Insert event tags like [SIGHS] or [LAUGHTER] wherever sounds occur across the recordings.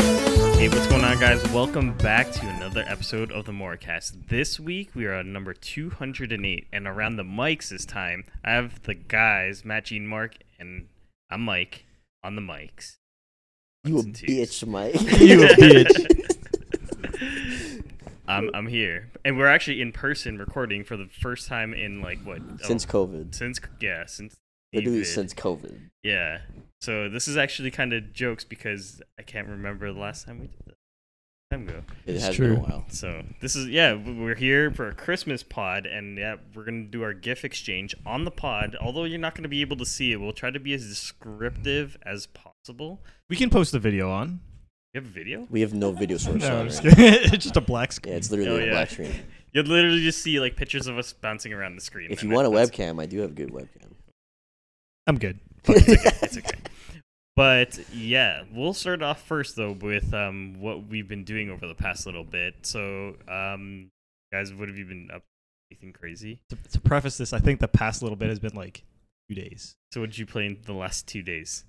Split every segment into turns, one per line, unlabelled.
Hey, what's going on, guys? Welcome back to another episode of the Morecast. This week we are on number 208, and around the mics this time, I have the guys, Matt, Gene, Mark, and I'm Mike on the mics.
You a
Ones and twos.
bitch, Mike.
You a bitch.
[LAUGHS] I'm, I'm here, and we're actually in person recording for the first time in like what oh,
[LAUGHS] Since COVID.
since yeah since
They're doing it
COVID.
since COVID.
yeah. So this is actually kind of jokes because I can't remember the last time we did that. Time ago.
It
It's
has been
true.
a while.
So this is yeah, we're here for a Christmas pod, and yeah, we're gonna do our GIF exchange on the pod. Although you're not gonna be able to see it, we'll try to be as descriptive as possible.
We can post the video on.
You have a video?
We have no
[LAUGHS]
video source
No,
on
I'm
it.
just kidding. [LAUGHS] it's just a black
Yeah,
screen.
it's literally
Oh,
a
yeah.
black screen.
You'll literally just see like pictures of us bouncing around the screen.
If you
and
want a
that's-
webcam, I do have a good webcam.
I'm good.
it's okay. But yeah, we'll start off first though with um, what we've been doing over the past little bit. So, um, guys, what have you been up? Anything crazy?
To, to preface this, I think the past little bit has been like two days.
So, what did you play in the last two days?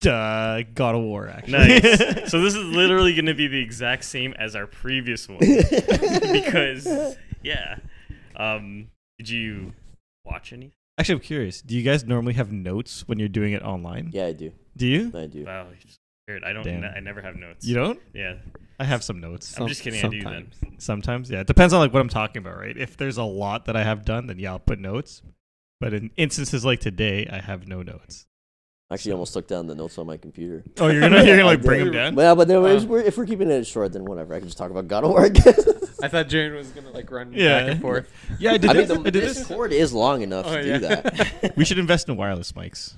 Duh, God of War, actually.
Nice. so this is literally going to be the exact same as our previous one because yeah. Um, did you watch any?
[LAUGHS] actually, I'm curious. Do you guys normally have notes when you're doing it online?
[LAUGHS] yeah, I do.
Do you?
I do.
Wow, you're just weird. I don't.
Damn.
I never have notes.
You don't?
Yeah.
I have some notes.
I'm just kidding, I do then.
Sometimes. Sometimes, yeah. It depends on like what I'm talking about, right? If there's a lot that I have done, then yeah, I'll put notes. But in instances like today, I have no notes.
I actually almost took down the notes on my computer.
Oh, you're gonna you're gonna
I
like bring
did.
them down?
Well, but then
Uh.
if, we're, if we're keeping it short, then whatever. I can just talk about God of War again.
I thought Jaren was gonna like run
Yeah.
back and forth.
Yeah, I
[LAUGHS]
did
I mean,
this.
the,
I did
this
this.
cord is long enough
Oh,
to
yeah.
do that.
We should invest in wireless mics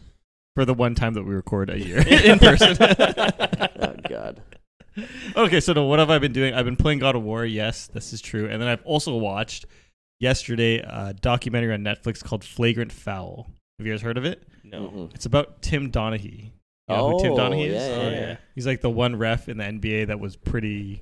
for the one time that we record
[LAUGHS]
a year in person.
Oh, God.
[LAUGHS] okay, so now what have I been doing? I've been playing God of War. Yes, this is true. And then I've also watched yesterday a documentary on Netflix called Flagrant Foul. Have you guys heard of it?
No.
Mhm.
It's about Tim Donaghy. You know who Tim
Oh,
Donaghy is?
yeah,
Oh,
yeah,
yeah.
He's like the one ref in the NBA that was pretty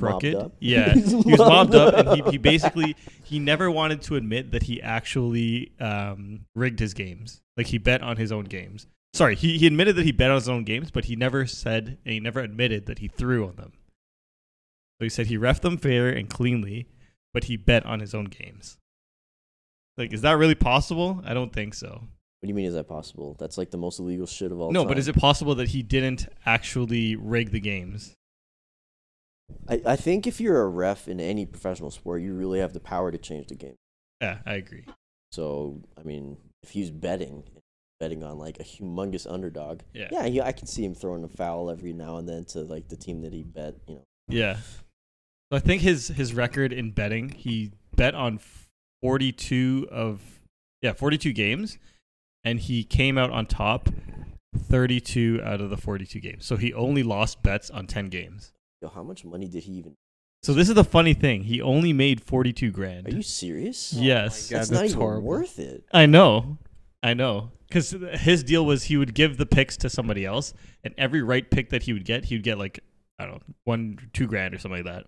Mobbed
crooked.
up.
Yeah,
[LAUGHS] He's
he was mobbed
mobbed
up,
up. [LAUGHS]
and he, he basically he never wanted to admit that he actually um, rigged his games. Like he bet on his own games. Sorry, he, he admitted that he bet on his own games, but he never said and he never admitted that he threw on them. So he said he ref them fair and cleanly, but he bet on his own games. Like, is that really possible? I don't think so.
What do you mean? Is that possible? That's like the most illegal shit of all
No,
time.
but is it possible that he didn't actually rig the games?
I, I think if you're a ref in any professional sport, you really have the power to change the game.
Yeah, I agree.
So, I mean, if he's betting, betting on like a humongous underdog,
Yeah.
yeah, he, I can see him throwing a foul every now and then to like the team that he bet. You know,
Yeah. So I think his his record in betting, he bet on 42 of yeah, 42 games and he came out on top 32 out of the 42 games. So he only lost bets on 10 games.
yo, how much money did he even?
So this is the funny thing. He only made 42
Are
grand.
you oh serious?
yes.
God,
that's, not
that's
even
horrible.
worth it.
I know. I know. Cuz his deal was he would give the picks to somebody else and every right pick that he would get, he would get like I don't know, 1 2 grand or something like that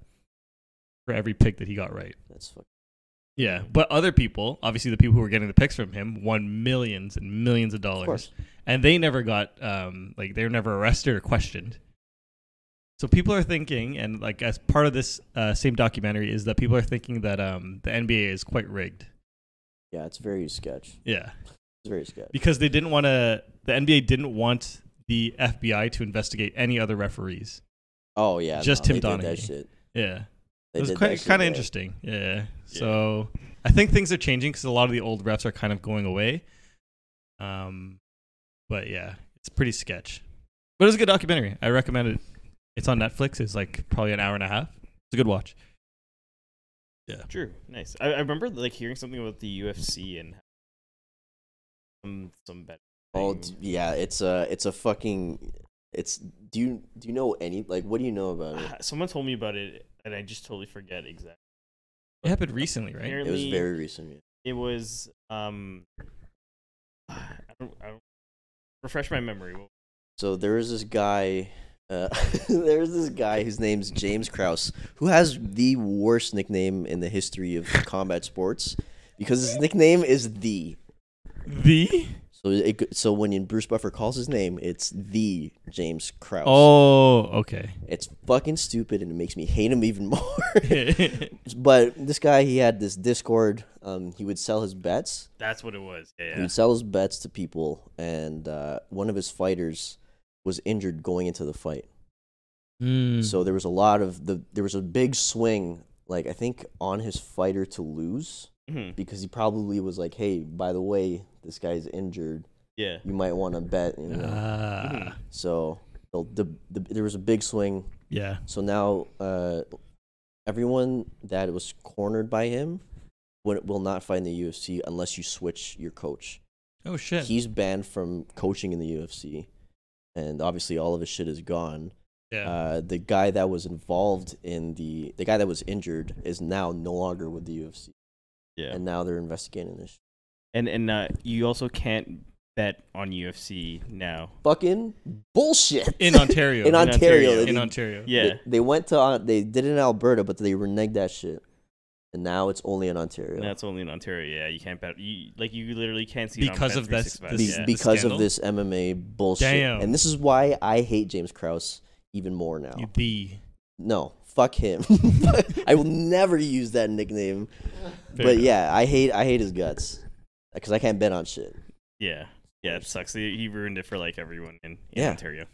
for every pick that he got right.
That's fucking.
Yeah, but other people, obviously the people who were getting the picks from him, won millions and millions of dollars,
Of course,
and they never got um, like they were never arrested or questioned. So people are thinking, and like as part of this uh, same documentary, is that people are thinking that um, the NBA is quite rigged.
yeah, it's very sketch.
Yeah,
It's very sketch.
because they didn't want to. The NBA didn't want the FBI to investigate any other referees.
Oh yeah,
Just
no,
Tim
they did that
Donaghy.
shit.
Yeah.
They
it was
did that
quite
shit,
kind of
yeah.
interesting. Yeah. So I think things are changing because a lot of the old refs are kind of going away. Um, but yeah, it's pretty sketch. But it was a good documentary. I recommend it. It's on Netflix. It's like probably an hour and a half. It's a good watch.
True. Nice. I, I remember like hearing something about the UFC and some some bet.
Oh
thing.
d- yeah, it's a it's a fucking. It's do you do you know any like what do you know about it?
Ah, [SIGHS] someone told me about it, and I just totally forget exactly.
It happened recently, right?
It was
Apparently,
very recent. Yeah.
it was um [SIGHS] I don't, I don't refresh my memory Well,
So there is this guy. Uh, [LAUGHS] there's this guy whose name's James Krause, who has the worst nickname in the history of combat sports because his nickname is the.
The
So it go- so when you- Bruce Buffer calls his name, it's the James Krause.
Oh, okay. [LAUGHS]
It's fucking stupid, and it makes me hate him even [LAUGHS] more.
[LAUGHS]
but this guy, he had this Discord. Um, he would sell his bets.
That's what it was. Yeah.
He would sell his bets to people, and uh, one of his fighters was injured going into the fight.
Mm.
So there was a lot of the there was a big swing, like I think on his fighter to lose
Mhm.
because he probably was like, hey, by the way, this guy's injured.
Yeah.
You might want to bet. You know? uh,
Ah,
mm-hmm. So the, the, the there was a big swing.
yeah.
So now uh, everyone that was cornered by him will, will not fight in the UFC unless you switch your coach.
Oh shit.
He's banned from coaching in the UFC, and obviously all of his shit is gone.
yeah.
Uh, the guy that was involved in the the guy that was injured is now no longer with the UFC,
Yeah.
and now they're investigating this.
And and uh, you also can't bet on UFC now.
Fucking bullshit.
in
[LAUGHS]
Ontario.
in Ontario,
Ontario.
they-
in Ontario.
Yeah.
They, they went to uh, they did it in Alberta, but they reneged that shit, and now it's only in Ontario.
That's only in Ontario. Yeah, you can't bet. You like you literally can't see it
Because
on
of this-
Bet365,
this-
Be-
yeah.
be-
because
scandal?
of this MMA bullshit.
Damn.
And this is why I hate James Krause even more now.
You The
No, fuck him. [LAUGHS] I will never use that nickname. but
enough.
yeah, I hate I hate his guts because I can't bet on shit.
yeah, yeah. It sucks. He, he ruined it for like everyone in, in
Yeah.
Ontario.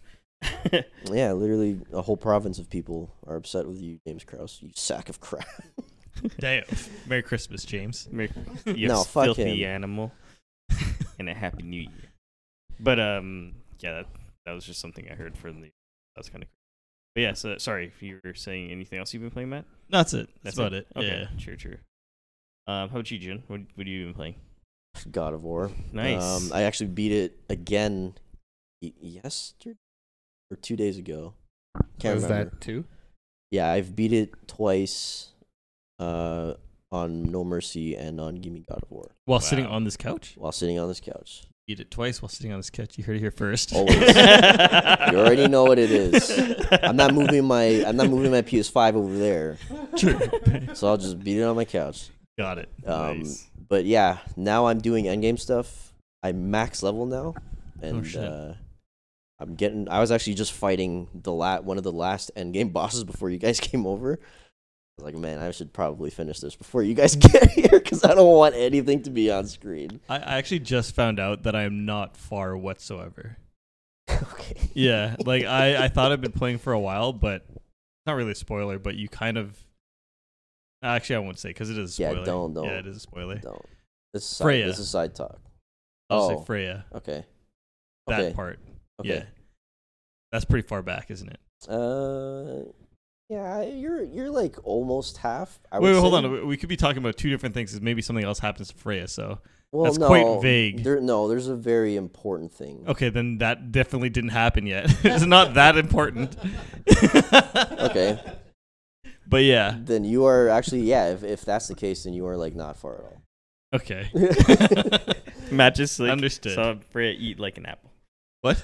[LAUGHS]
Yeah, literally a whole province of people are upset with you, James Krause. You sack of crap. [LAUGHS]
damn. Merry Christmas, James.
Mer- you
No, fuck
filthy
him.
animal.
[LAUGHS]
and a happy new year. But um, yeah, that, that was just something I heard from the. That was kind of. But yeah, so sorry if you were saying anything else you've been playing, Matt.
That's it. That's, about it.
Okay,
Yeah.
sure, sure. Um, how about you, Jin? What what have you been playing?
God of War.
Nice.
Um, I actually beat it again y- yesterday or two days ago. Can't
was
remember.
that too?
Yeah, I've beat it twice uh, on No Mercy and on Gimme God of War
While sitting
Wow.
on this couch,
while sitting on this couch.
eat it twice. While sitting on this couch, you heard it here first. [LAUGHS]
Always.
[LAUGHS]
You already know what it is. I'm not moving my I'm not moving my PS5 over there,
True.
[LAUGHS]
so I'll just beat it on my couch.
Got it.
Um,
Nice.
But yeah, now I'm doing endgame stuff. I'm max level now, and
Oh, shit.
uh, I'm getting. I was actually just fighting the la- one of the last endgame [LAUGHS] bosses before you guys came over. I was like, man, I should probably finish this before you guys [LAUGHS] get here because I don't want anything to be on
[LAUGHS]
screen.
I, I actually just found out that I am not far whatsoever.
okay. [LAUGHS]
Yeah, like I, I thought I'd been playing for a while, but not really a spoiler. But you kind of actually I won't say because it is a
Yeah,
spoiler.
don't- don't.
Yeah, it is a spoiler.
[LAUGHS] Don't. This is side,
Freya.
this is side talk.
I'll say
Oh.
Freya.
Okay.
That
okay.
part. Yeah,
Okay.
that's pretty far back, isn't it?
Uh, yeah, you're you're like almost half. I
wait,
would
wait, hold
say.
on. We- We could be talking about two different things. 'cause maybe something else happens to Freya. So
Well,
that's
no,
quite vague.
There, no, there's a very important thing.
okay, then that definitely didn't happen yet. it's not that important.
[LAUGHS] Okay.
But yeah.
Then you are actually yeah. If, if that's the case, then you are like not far at all. [LAUGHS]
Okay.
Matt just like
Understood.
saw Bria eat like an apple.
What?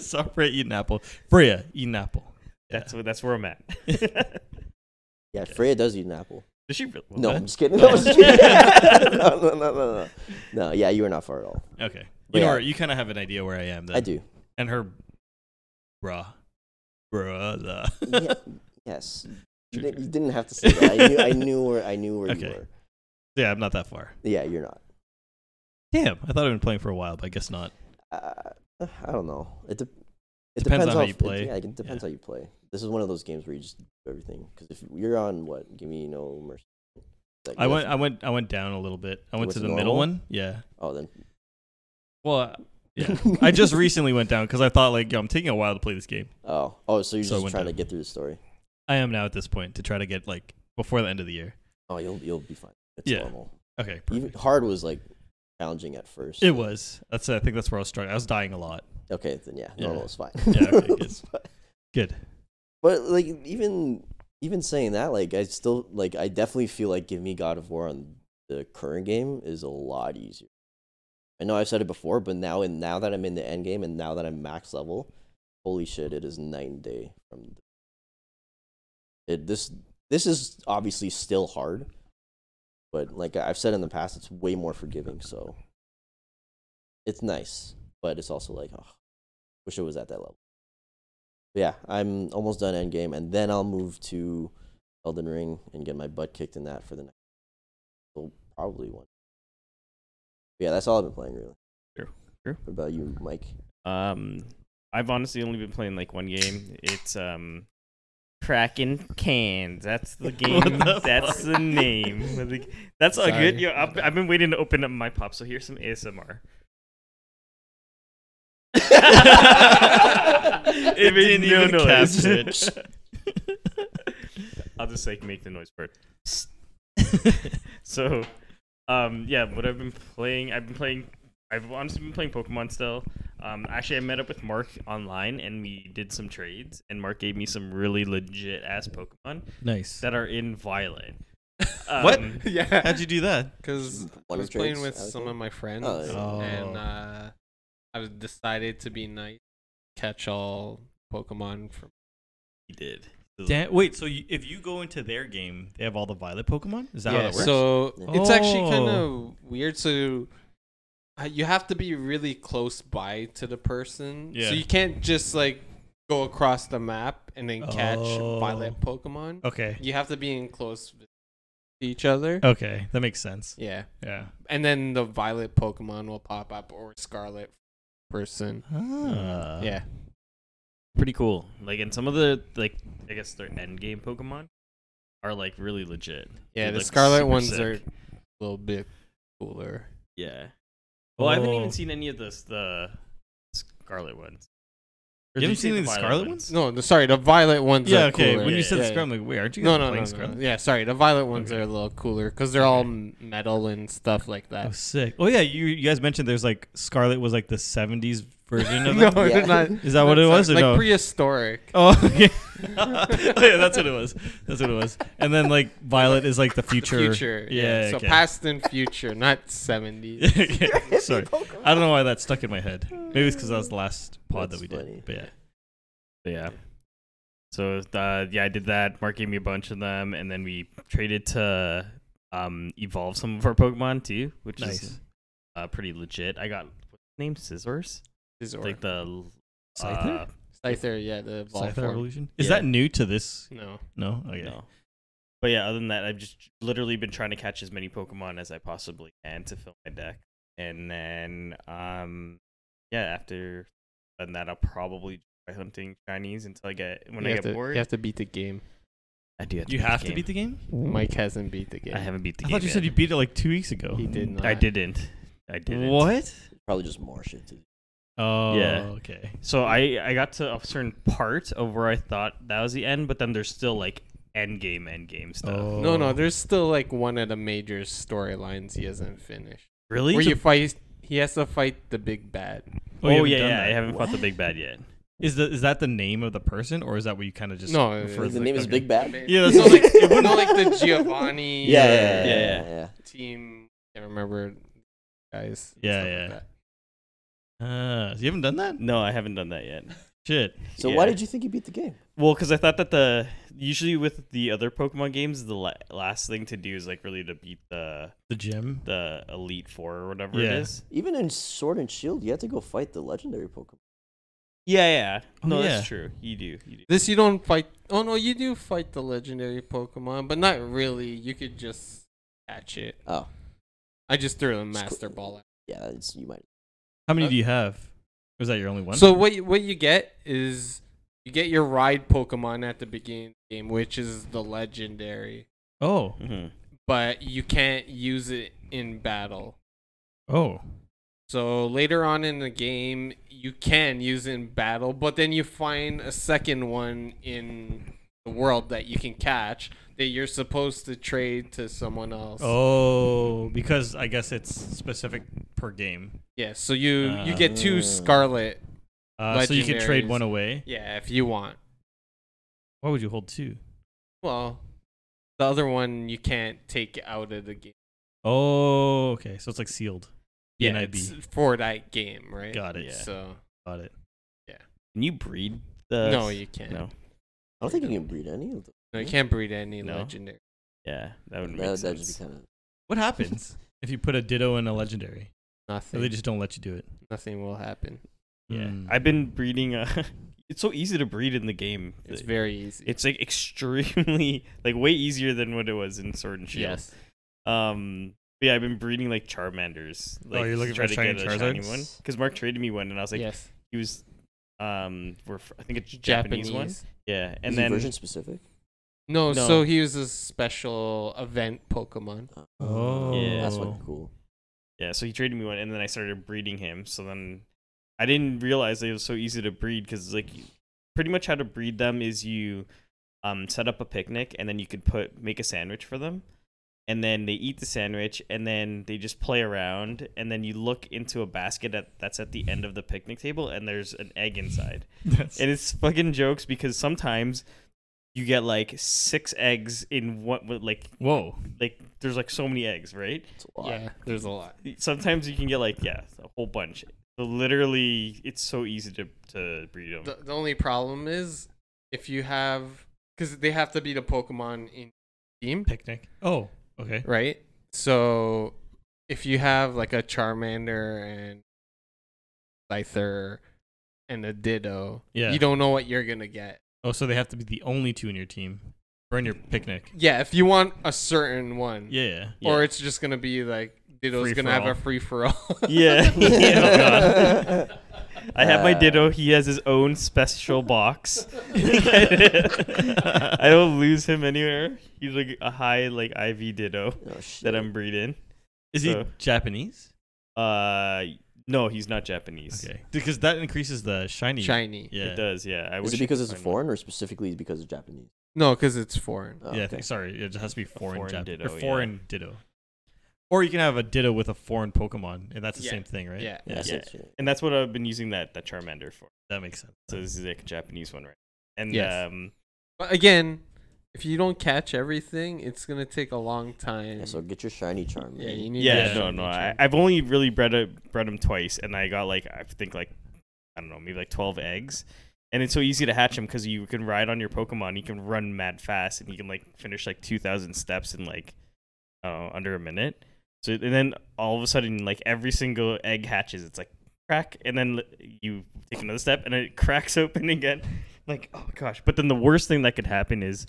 [LAUGHS] Saw Freya eat an apple. Freya eat an apple.
That's where that's where I'm
[LAUGHS]
at. [LAUGHS]
Yeah, Freya does eat an apple.
Does she really?
No,
Well,
I'm just kidding. No, I'm just kidding. [LAUGHS] no, no, no, no, no. No, yeah, you are not far at all.
Okay. You
But
know,
yeah.
where- you kind of have an idea where I am. Then.
I do.
And her, bruh, brother.
Yeah, yes, you,
Sure,
didn't-
sure.
you didn't have to say that. I knew, I knew where I knew where you
Okay.
were.
[LAUGHS] yeah, I'm not that far.
Yeah, you're not.
Damn, I thought I'd been playing for a while, but I guess not.
Uh, I don't know. It, de- it
Depends
depends,
on how
off-
you play.
It, yeah, it depends
Yeah.
how you play. This is one of those games where you just do everything. Because if you're on what, give me no mercy. Like,
I
yes.
went, I went, I went down a little bit. I went
What's
to the
normal?
middle one. Yeah.
Oh, then
Well, yeah.
[LAUGHS]
I just recently went down because I thought like, yo, I'm taking a while to play this game.
oh oh, so you're
So I
just
went
trying to
down.
get through the story.
I am now at this point to try to get like before the end of the year.
Oh, you'll you'll be fine. It's
Yeah.
normal.
Okay.
Even,
Perfect.
hard was like challenging at first.
It was. That's. I think that's where I was struggling. I was dying a
[LAUGHS]
lot.
okay, then yeah,
Yeah.
normal is fine.
Yeah,
[LAUGHS]
okay, good.
It's fine.
Good.
But like even even saying that, like I still like I definitely feel like give me God of War on the current game is a lot easier. I know I've said it before, but now and now that I'm in the end game and now that I'm max level, holy shit, it is night and day from the, it, this. This is obviously still hard, but like I've said in the past, it's way more forgiving. So it's nice, but it's also like, oh, wish it was at that level. But yeah, I'm almost done Endgame, and then I'll move to Elden Ring and get my butt kicked in that for the next. Well, probably one. But yeah, that's all I've been playing really.
Sure, sure.
What about you, Mike?
Um, I've honestly only been playing like one game. It's um, Kraken Cans. That's
[LAUGHS]
the game.
the
that's
fuck?
the name. of the- That's all
Sorry.
good. Yo, I've, I've been waiting to open up my pop. So here's some
[LAUGHS]
ASMR. It made
didn't
no
even
noise.
capture
[LAUGHS] I'll just like make the noise part. [LAUGHS] so, um, yeah, what I've been playing, I've been playing, I've honestly been playing Pokemon still. Um, actually, I met up with Mark online and we did some trades, and Mark gave me some really legit ass Pokemon
nice.
that are in Violet.
What?
Um,
[LAUGHS] yeah,
How'd you do that?
because I
One
was
of
playing
trades,
with
Alex?
some of my friends,
Oh, yeah.
Oh.
and uh, I was decided to be nice, catch all Pokemon from.
He did.
Dan- wait, so you, if you go into their game, they have all the violet Pokemon? Is that how
yeah,
that works?
so
Yeah.
it's actually
Oh.
kind of weird. So uh, you have to be really close by to the person,
Yeah.
so you can't just like go across the map and then catch
Oh.
Violet Pokemon.
okay.
You have to be in close to each other.
Okay, that makes sense.
Yeah,
Yeah.
and then the Violet Pokemon will pop up or Scarlet person.
Ah.
yeah.
Pretty cool. Like, and some of the like, I guess their end game Pokemon are like really legit.
Yeah,
They
the
look
Scarlet
super
ones
sick.
are a little bit cooler.
Yeah. Well, I haven't
Oh.
even seen any of this the Scarlet ones. Or
You
did
haven't seen
say
any of the
Violet
Scarlet ones?
No, the sorry, the Violet ones.
Yeah,
are
okay.
Cooler.
When you
Yeah,
said
yeah,
the Scrum, I'm like, wait, aren't you
No,
guys
no, no,
playing
no.
Scrum?
Yeah, sorry. The violet ones
Okay.
are a little cooler because they're all metal and stuff like
Oh,
that.
sick. Oh, yeah, you, you guys mentioned there's like Scarlet was like the 70s
[LAUGHS]
version of
no,
it.
they're
Yeah.
not.
Is that what it was or
like
no?
prehistoric.
[LAUGHS] Oh, okay. [LAUGHS] oh, yeah, that's what it was. [LAUGHS] That's what it was. And then like Violet is like [LAUGHS] the
The
future.
future.
Yeah.
So
okay.
past and future, not seventies.
[LAUGHS] Okay, Sorry, I don't know why that stuck in my head. Maybe it's because that was the last pod
That's
that we
funny.
did. But yeah.
Yeah. So uh, yeah, I did that. Mark gave me a bunch of them, and then we traded to um, evolve some of our Pokemon too, which is
Nice.
uh, pretty legit. I got what's the name Scissors, like the
Scyther?
uh,
Scyther, yeah, the evolved
Scyther
form.
Revolution? Is
Yeah.
that new to this?
No.
No? Okay.
no. But yeah, other than that, I've just literally been trying to catch as many Pokemon as I possibly can to fill my deck, and then um, yeah, after done that, I'll probably try hunting Chinese until I get when
you
I
have
get
to,
bored.
you have to beat the game.
I do. Have
You have to beat the game?
Mike hasn't beat the game.
I haven't beat the
I
game.
thought you said you
yet.
beat it like two weeks ago.
He did not.
I didn't. I didn't.
What?
Probably just more shit to do.
Oh,
Yeah.
okay.
So I I got to a certain part of where I thought that was the end, but then there's still like end game, end game stuff.
Oh.
No, no. There's still like one of the major storylines he hasn't finished.
Really?
Where you fight, he has to fight the big bad.
oh
you
yeah, yeah.
haven't done
I
that.
haven't fought the
What?
big bad yet.
Is, the, is that the name of the person or is that what you kind of just.
No,
refer
it's
to
The name is
okay.
Big Bad.
Yeah, that's
no,
what
like,
like, it wouldn't-
no, like the [LAUGHS] Giovanni
Yeah, yeah,
Yeah,
yeah, yeah.
yeah.
yeah.
team. I can't remember guys.
Yeah,
stuff
yeah.
Like that.
Ah, so you haven't done that?
No, I haven't done that yet.
Shit.
So
Yeah.
why did you think you beat the game?
Well, because I thought that the usually with the other Pokemon games, the la- last thing to do is like really to beat the
The gym?
the Elite Four or whatever
Yeah.
it is.
Even in Sword and Shield, you had to go fight the legendary Pokemon.
Yeah, yeah.
Oh,
No,
yeah.
that's true. You do. You do.
This you don't fight. Oh no, you do fight the legendary Pokemon, but not really. You could just catch it.
Oh,
I just threw a
It's
master
cool.
ball. At.
yeah, it's, you might.
How many
Uh,
do you have? Was that your only one?
So what you, what you get is you get your ride Pokemon at the beginning of the game, which is the legendary,
oh,
Mhm.
but you can't use it in battle.
oh,
So later on in the game, you can use it in battle, but then you find a second one in the world that you can catch that you're supposed to trade to someone else.
oh, because I guess it's specific per game.
Yeah, so you you
Ah.
get two Scarlet.
Uh, so you can trade
Legendaries.
one away.
Yeah, if you want.
Why would you hold two?
Well, the other one you can't take out of the game.
Oh, okay. So it's like sealed.
Yeah,
BNIB.
it's for that game, right?
Got it.
Yeah.
So
Got it.
Can you breed the?
no, you can't.
Uh, No. Hmm?
No,
I don't think you can breed any of them.
you can't breed any
No?
legendary.
Yeah, that would make
That would
sense.
just be kind of.
[LAUGHS] What happens if you put a Ditto in a legendary? So
Nothing.
they just don't let you do it.
nothing will happen.
Yeah,
Mm.
I've been breeding. Uh, [LAUGHS] it's so easy to breed in the game. It's,
It's very easy.
like extremely, [LAUGHS] like way easier than what it was in Sword and Shield.
yes.
Um. But yeah, I've been breeding like Charmanders.
Oh,
Like,
you're
to
looking
try
for
to
shiny
get a shiny
Charizards?
one because Mark traded me one, and I was like,
yes.
he was, um, we're fr- I think it's Japanese,
Japanese,
one. Yeah, and
Is it
then
version specific.
No,
No.
so he was a special event Pokemon.
Oh.
Yeah.
that's fucking cool.
yeah, so he traded me one, and then I started breeding him. So then I didn't realize that it was so easy to breed because like you- pretty much how to breed them is you um set up a picnic and then you could put make a sandwich for them. And then they eat the sandwich, and then they just play around, and then you look into a basket at, that's at the end of the picnic table, and there's an egg inside.
[LAUGHS] That's-
and it's fucking jokes because sometimes you get like six eggs in what like
Whoa.
like there's like so many eggs right
It's a lot. [LAUGHS]
Yeah, there's a lot.
sometimes you can get like yeah a whole bunch so literally it's so easy to to breed them
The, the only problem is if you have because they have to be the Pokemon in team,
Picnic. Oh. Okay.
right? So if you have like a Charmander and Scyther and a Ditto,
Yeah.
you don't know what you're gonna get.
Oh, so they have to be the only two in your team or in your picnic.
Yeah, if you want a certain one,
Yeah.
or it's just gonna be like Ditto's
Free
gonna
for
have
all.
a free for
[LAUGHS]
all.
[LAUGHS]
[LAUGHS]
yeah, yeah, oh God. I have
Ah.
Uh,
my Ditto. He has his own special
[LAUGHS]
box. [LAUGHS]
Oh,
I don't lose him anywhere. He's like a high like IV Ditto
Oh, shit.
that I'm breeding.
Is he
So-
Japanese?
Uh, no, he's not Japanese.
Okay. Because that increases the shiny.
[LAUGHS] Shiny.
Yeah.
It does, yeah. I
Is
wish
it
I
because
could
it's
find one.
foreign, or specifically because it's Japanese?
No, because it's foreign.
Oh,
yeah, I
okay.
think, sorry. It just has to be foreign,
foreign
Jap-
Ditto,
or
yeah.
foreign ditto. Or you can have a ditto with a foreign Pokemon, and that's the
Yeah.
same thing, right?
Yeah.
Yeah,
Yeah.
so it's- yeah.
And that's what I've been using that that Charmander for.
That makes sense.
So this is like a Japanese one, right? And
Yes.
um,
But again, if you don't catch everything, it's gonna take a long time.
Yeah, so get your shiny charm.
yeah,
man.
you need.
yeah,
to-
no, no, I, I've only really bred a, bred him twice, and I got like I think like I don't know, maybe like twelve eggs. And it's so easy to hatch him because you can ride on your Pokemon. You can run mad fast, and you can like finish like two thousand steps in like uh, under a minute. So and then all of a sudden, like every single egg hatches. It's like crack, and then l- you take another step, and it cracks [LAUGHS] open again. Like oh gosh! But then the worst thing that could happen is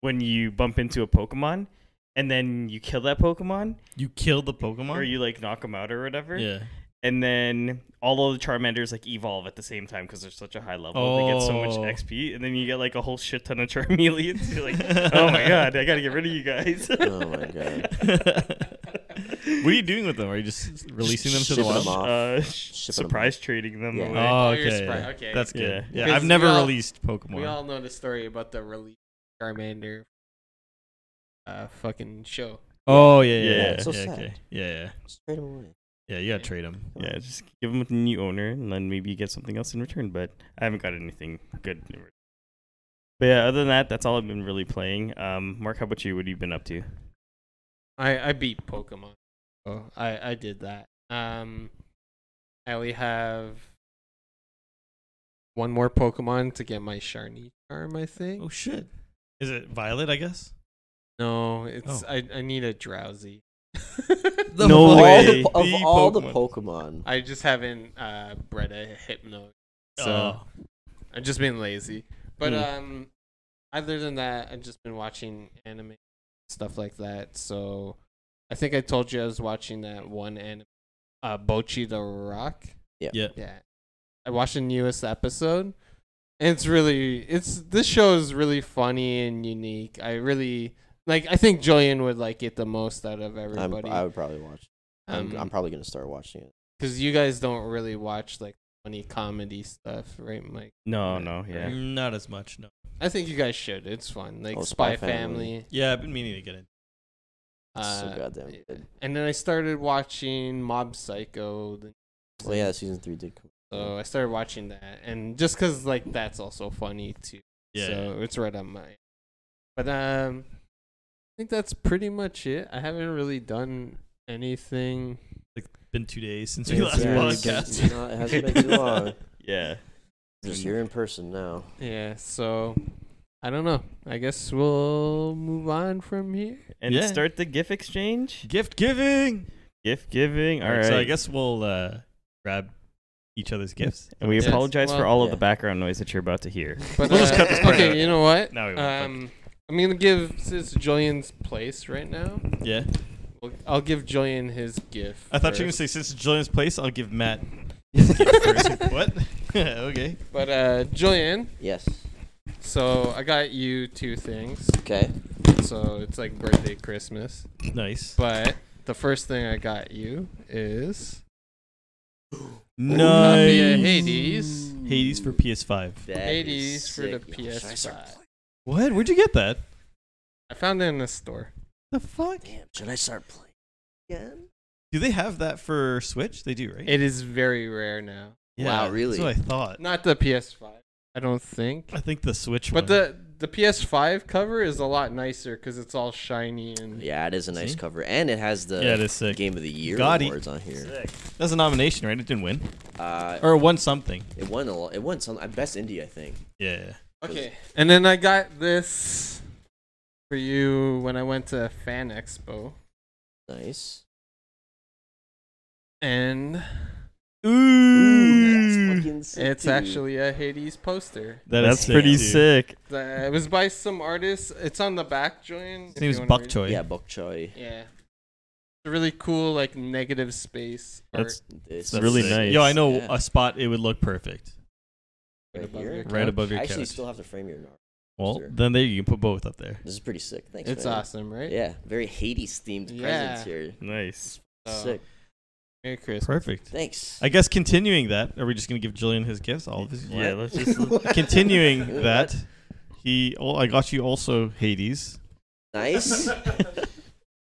when you bump into a Pokemon, and then you kill that Pokemon,
You kill the Pokemon?
or you like knock them out or whatever.
yeah.
And then all of the Charmanders like evolve at the same time because they're such a high level. They get so
Oh.
much XP, and then you get like a whole shit ton [LAUGHS] of Charmeleons. You're like, oh
[LAUGHS]
my god, I gotta get rid of you guys.
[LAUGHS] Oh my god.
What are you doing with them? Are you just releasing them to the
shipping them
wild?
off.
Uh,
Shipping 'em
surprise trading them
Yeah.
away.
Oh,
Oh, you're
okay.
surprised. Okay.
That's good.
Yeah.
Yeah,
Because
I've never
we all-
released Pokemon.
We all know the story about the release Charmander uh, fucking show.
oh, yeah, yeah.
Yeah,
Yeah,
it's
so
yeah,
sad.
okay. yeah, yeah.
Just trade 'em away.
Yeah, you got to trade them.
yeah, just give them a new owner, and then maybe you get something else in return. But I haven't got anything good. in return. But yeah, other than that, that's all I've been really playing. Um, Mark, how about you? What have you been up to?
I, I beat Pokemon. Oh, I, I did that. Um, I only have one more Pokemon to get my shiny charm. I think.
Oh, shit. Is it Violet, I guess?
No, it's
Oh.
I, I need a drowsy.
No
All
way.
the, po- of
[LAUGHS] The
all the
Pokemon.
Pokemon.
[LAUGHS] I just haven't uh, bred a hypno. So
Oh.
I've just been lazy. But
Hmm.
Mm.
um, other than that, I've just been watching anime stuff like that. So I think I told you I was watching that one anime, uh, Bochi the Rock.
Yeah.
Yeah.
Yeah. I watched the newest episode. And it's really it's this show is really funny and unique. I really like. I think Julian would like it the most out of
I'm,
everybody.
I would probably watch. I'm,
Um,
I'm probably gonna start watching it.
because you guys don't really watch like funny comedy stuff, right, Mike?
No,
Yeah.
no, yeah.
Not as much, no.
I think you guys should. It's fun, like
Oh,
Spy,
Spy
Family.
Family.
Yeah, I've been meaning to get it.
It's so
uh,
goddamn good.
And then I started watching Mob Psycho. the-
Well, yeah, season three did come.
[LAUGHS]
So I started watching that, and just because like that's also funny too.
Yeah.
So it's right on my. But um, I think that's pretty much it. I haven't really done anything.
Been two days since we
It's-
last
yeah, it's been- [LAUGHS]
podcast.
it's not- it hasn't been too [LAUGHS]
[LAUGHS]
long.
Yeah.
Just here in person now.
Yeah. So I don't know. I guess we'll move on from here.
And
Yeah.
start the GIF exchange?
Gift giving.
Gift giving. All right.
So I guess we'll uh, grab each other's [LAUGHS] gifts.
And we
Yes,
apologize for
well-
all of
Yeah.
the background noise that you're about to hear.
But,
[LAUGHS]
uh,
We'll just cut this part
Okay,
out.
you know what?
No, we won't. Fuck.
um, I'm gonna give since Julian's place right now.
Yeah.
we'll- I'll give Julian his gift.
I thought you were gonna
first.
say since it's Julian's place, I'll give Matt his gift first. What? [LAUGHS] okay.
But uh, Julian,
Yes.
so I got you two things.
Okay.
So it's like birthday, Christmas.
Nice.
But the first thing I got you is
nice.
copy of Hades.
Hades for PS5.
That is
Hades for the
sick. Yo, should I
PS5.
start playing?
What? Where'd you get that?
I found it in the store.
The fuck?
Damn, should I start playing again?
Do they have that for Switch? They do, right?
It is very rare now.
Wow,
That's what
really?
I thought.
Not the PS5, I don't think.
I think the Switch.
But
one.
the the PS5 cover is a lot nicer because it's all shiny and
Yeah, it is a nice
See?
cover, and it has the
Yeah, it is sick.
Game of the Year
Gotti.
awards on here.
that's a nomination, right? It didn't win,
Uh,
or it won something.
it won a lot. It won some uh, best indie, I think.
Yeah.
Okay. And then I got this for you when I went to Fan Expo.
Nice.
And
Ooh, that's fucking sick,
it's
dude.
actually a Hades poster.
That is
That's pretty
dude.
sick.
The- It was by some artist. It's on the back, Julian.
His
if
name
you
is
wanna
Bok
read it.
Choi.
yeah, bok choy.
Yeah. It's really cool, like negative space
That's
This
That's really
is-
sick. nice.
Yo, I know
Yeah.
a spot it would look perfect.
Right
above
here?
your
Right
couch.
above your
I actually
couch.
still have to frame your. nar-
well,
poster.
then there you can put both up there.
This is pretty sick. Thanks.
It's
man.
awesome, right?
Yeah, very Hades themed presents
Yeah.
here.
Nice.
So,
Sick.
Merry Christmas.
Perfect.
Thanks.
I guess continuing that, are we just gonna give Julian his gifts? All of his.
Yeah, let's
[LAUGHS]
just.
Continuing
What?
that, he. Oh, I got you also Hades.
nice.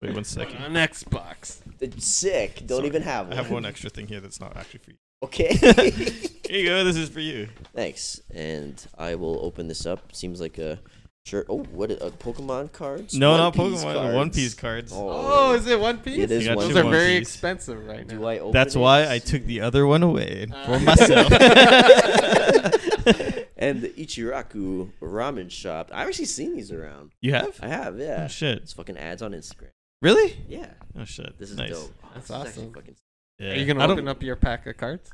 Wait one second.
On Xbox.
It's sick. Don't
Sorry.
even have
I
one.
have one extra thing here that's not actually for you.
Okay.
Here you go. This is for you.
Thanks. And I will open this up. Seems like a shirt. Oh, what a, a Pokemon cards?
No,
One
not
Piece
Pokemon.
cards.
One Piece cards.
Oh,
Oh,
is it One Piece?
it is
You got
One
Those
Piece.
your
are
One
very
Piece.
expensive right now.
Do I open
That's
it?
why I took the other one
[LAUGHS]
away for
Uh.
myself.
And the Ichiraku Ramen Shop. I've actually seen these around.
you have?
I have, yeah.
Oh shit!
It's fucking ads on Instagram.
Really?
Yeah,
Oh shit!
this is
nice.
dope. Oh,
That's
this is actually
awesome.
fucking-
Yeah.
[LAUGHS] Are you gonna
I don't-
open up your pack of cards?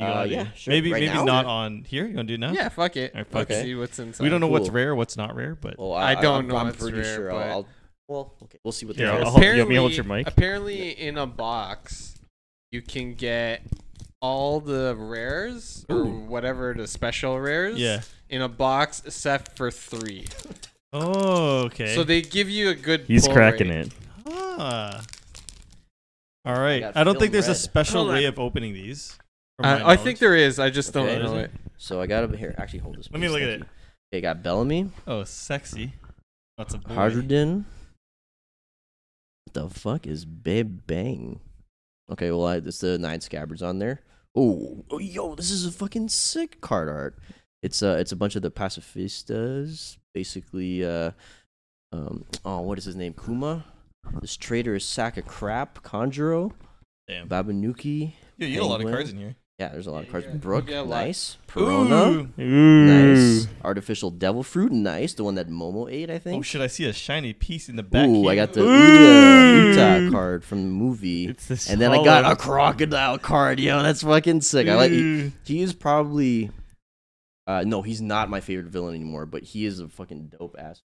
you
Uh,
gotta do-
yeah, sure.
Maybe
Right
maybe
now?
not on here. You gonna do it now?
Yeah, fuck it.
All right,
Let's
fuck
it.
see what's inside.
We don't know what's
Cool. Oh,
rare, what's not rare, but
Well,
I don't know
I'm
it's
pretty
rare,
sure.
but-
I'll, I'll- well, okay, we'll see what
Yeah,
the
I'll
rest-
hold- yeah, let me hold your
Apparently-
mic.
Apparently, in a box, you can get all the rares or
Ooh.
whatever the special rares.
yeah.
In a box, except for three.
Oh, okay.
So they give you a good.
He's
pull
cracking
rate.
it.
ah. All right.
got
I don't
film
think there's a
red.
special
Hold
way
on.
of opening these. from
Uh,
my
I think
knowledge.
there is. I just don't
Okay.
know
Is
it.
it?
So I got up here. Actually, hold this.
Let me
please,
look at
thank
it.
you. Okay, got Bellamy,
Oh, sexy. That's a boy.
Hardridin. What the fuck is Bib Bang? Okay, well, I, it's the nine scabbards on there. Oh, oh, yo, this is a fucking sick card art. It's uh, it's a bunch of the pacifistas, basically. Uh, um, oh, what is his name? Kuma. This traitor is sack of crap. Conjuro,
Damn.
Babanuki.
Yo, you got a lot of
Penguin.
cards in here.
Yeah, there's a lot of
Yeah,
cards.
yeah.
Brook,
Yeah, a lot.
nice. Perona.
Ooh.
Ooh.
Nice. Artificial devil fruit, nice. The one that Momo ate, I
Oh
think.
shit! I see a shiny piece in the back.
Ooh, I
here.
got the
Ooh.
Uta, Uta card from the movie.
It's this
and then I got a crocodile card, yo. That's fucking sick. I like he,
Ooh.
he is probably uh no, he's not my favorite villain anymore, but he is a fucking dope ass.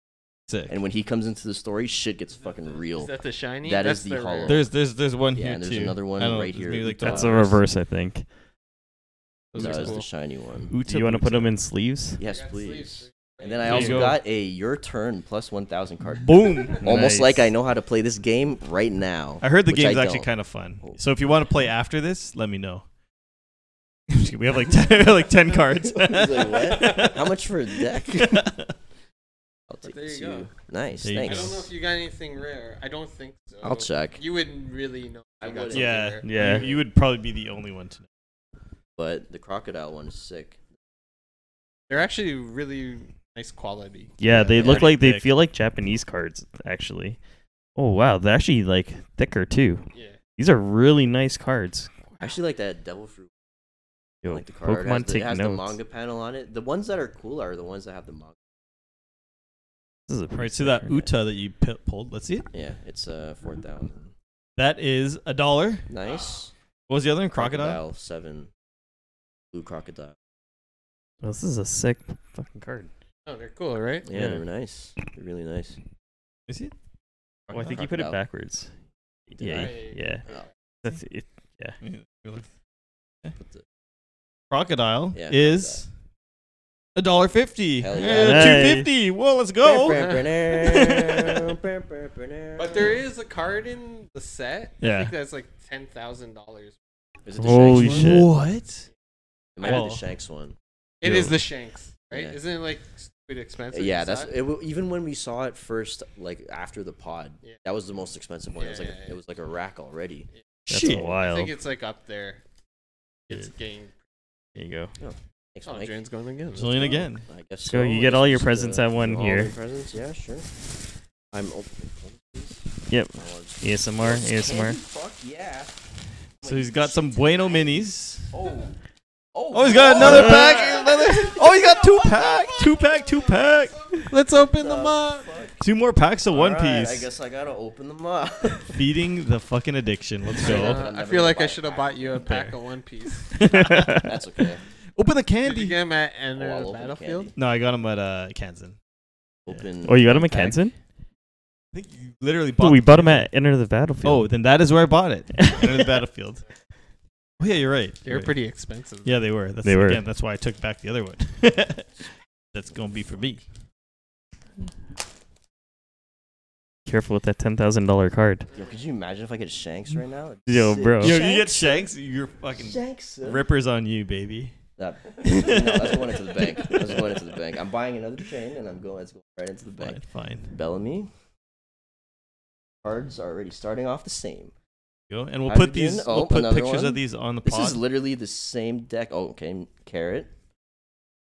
Sick.
And when he comes into the story, shit gets fucking
Is
real.
that the shiny?
That
That's
is the hollow.
rare.
There's there's there's one
Yeah,
here
and there's
too.
another one
I don't know,
right
it's
here.
maybe like
That's
the-
a reverse, I think.
Those
No,
are
it's
cool.
the shiny one.
Uta
Do you want to put
Boots.
them in sleeves?
Yes,
I got
please.
sleeves.
And then I
There you
also
go.
got a your turn plus one thousand card.
Boom.
Almost
Nice.
like I know how to play this game right now.
[LAUGHS]
I heard the
which
game's
I
actually
don't.
kind of fun.
Oh.
So if you want to play after this, let me know. [LAUGHS] we have like [LAUGHS] ten, we have like ten cards.
[LAUGHS] He's like, "What?
[LAUGHS]
How much for a deck?"
[LAUGHS]
I'll take
there you
two.
go.
Nice,
There you
I
thanks.
don't know if you got anything rare. I don't think so.
I'll check.
You wouldn't really know.
I
if you got
wouldn't.
something
yeah,
rare.
Yeah.
You, you would probably be the only one to know.
But the crocodile one is sick.
They're actually really nice quality.
Yeah, they
Yeah.
look like they
Thick.
feel like Japanese cards, actually. Oh wow, they're actually like thicker too.
Yeah.
These are really nice cards.
I actually like that devil fruit. I
Yo,
like the card. it has,
Pokemon
the,
take
it has the
notes.
manga panel on it. The ones that are cool are the ones that have the manga.
This is a
All
pretty
right, so that
sick card.
Uta that you p- pulled, let's see it.
Yeah, it's uh four thousand.
That is a dollar.
Nice.
What was the other one? Crocodile.
seven. Blue crocodile.
This is a sick fucking card.
Oh, they're cool, right?
Yeah,
Yeah.
they were nice. They're really nice.
Is it?
Oh, I think you put it
Crocodile.
backwards.
Did
Yeah,
I?
y- yeah.
Oh,
That's it. Yeah.
put the-
"Eh." Crocodile
Yeah,
is a dollar fifty.
Hell
yeah.
Two
Hey.
fifty. Well, let's go.
But there is a card in the set. I
Yeah.
think that's like ten thousand dollars.
Is it the
Holy
Shanks
shit.
One?
What?
It might be
Well.
the Shanks one.
It
Yeah.
is the Shanks, right?
Yeah.
Isn't it like stupid expensive?
Uh, yeah, that's
inside?
it, wa- even when we saw it first, like after the pod,
Yeah.
that was the most expensive one. it was
Yeah,
like
yeah,
a,
yeah.
it was like a rack already.
That's
Shit.
I
wild.
think it's like up there. It's getting.
There you go.
Thanks,
Oh,
Mike.
Jaren's going again.
It's only again.
I guess
So you get all your
Just,
presents at one
all
here.
your Presents, yeah, sure. I'm open.
Yep.
I wanna just-
ASMR.
Candy,
ASMR.
Fuck yeah.
So he's got some bueno minis.
Oh.
Oh, he's got another
Uh,
pack. Another. Oh, he's got two pack. Two pack. Two pack.
Let's open
The
them up.
Two more packs of One
Alright,
Piece.
I guess I gotta open
[LAUGHS]
them up. [LAUGHS]
Feeding the fucking addiction. Let's go.
Uh, I feel like I should have bought you a pack
There.
of One Piece.
[LAUGHS]
That's okay.
Open the
Did you
candy.
get him at
Oh, I'll
Enter the
open the
Battlefield?
candy.
No, I got him at uh, Kansan.
Open.
Oh, you got him
one
at
pack.
Kansan?
I think you literally bought.
Oh, we
them.
bought him at Enter the Battlefield.
Oh, then that is where I
[LAUGHS]
bought it. Enter the battlefield. Oh yeah, you're right.
They
You're
were
right.
pretty expensive.
Yeah, they were. That's,
They were.
Again, that's why I took back the other one. [LAUGHS] that's gonna be for me.
Careful with that ten thousand dollar card.
Yo, could you imagine if I get Shanks right now?
Yo,
Sick.
bro.
Yo, you get shanks, you're fucking
Shanks. uh,
rippers on you, baby.
[LAUGHS] That, no, that's going into the bank. That's going into the bank. I'm buying another chain and I'm going. It's going right into the bank.
Fine, fine.
Bellamy. Cards are already starting off the same.
Go and we'll
How's
put
it doing?
these.
Oh,
we'll put
another
pictures
one?
of these on the
This
pod.
is literally the same deck. Oh, okay. Carrot.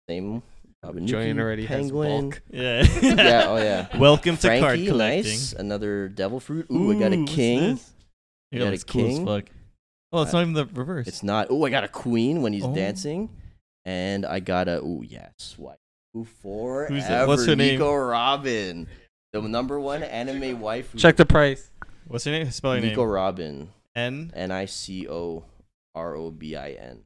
Same. Wabaniki,
Joyan already has
Penguin.
bulk.
[LAUGHS] yeah.
[LAUGHS] yeah. Oh
[LAUGHS]
yeah.
Welcome to
Frankie,
card collecting.
nice. Another devil fruit. Ooh, I got a
what's
king.
this?
We
Yeah,
got a
that's cool as
king. Uh,
fuck. Oh, it's not even the reverse.
It's not. Oh, I got a queen when he's
Oh.
dancing, and I got a. Oh yes, white. Who for?
Who's that? What's her name?
Nico Robin, the number one anime wife.
Check the price.
What's your name? Spelling
Nico
name.
Robin.
N
N i c o r o b i n.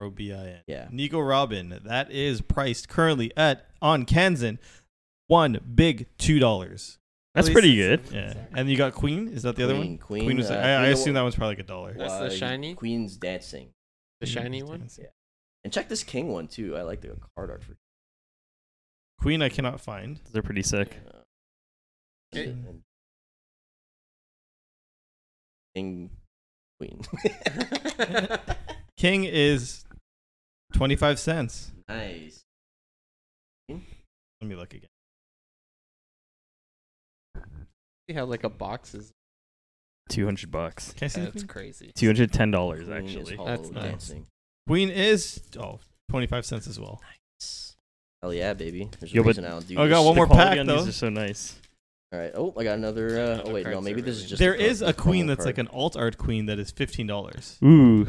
O B I N.
Yeah.
Nico Robin, that is priced currently at on Kansan, one big two dollars.
That's
At least
pretty
it's-
good.
Yeah, and you got Queen. Is that the other one?
Queen.
Queen, was.
uh,
I, I
either
assume
one-
that one's probably like a dollar.
That's the
uh,
shiny?
Queen's dancing.
The shiny one.
And check this king one too. I like the card art for.
Queen, I cannot find.
Those are pretty sick.
Uh,
Okay.
and- King,
[LAUGHS]
queen.
King is twenty five cents.
nice.
Let me look again.
See how like a box is.
Two hundred bucks. Mm,
Can I see? the
That's
Queen?
crazy.
Two hundred ten dollars
Queen is
actually.
hollow
That's nice.
dancing.
Queen is oh. 25 cents as well.
Hell yeah, baby. There's a
Yo, but-
reason I don't do
Oh, I
this.
got one more
the quality
pack,
on
though.
These are so nice.
All right. Oh, I got another. Uh, oh wait, no,
cards
maybe
are
this is
really
just.
there is a queen that's like an alt art queen that is $15.
Ooh.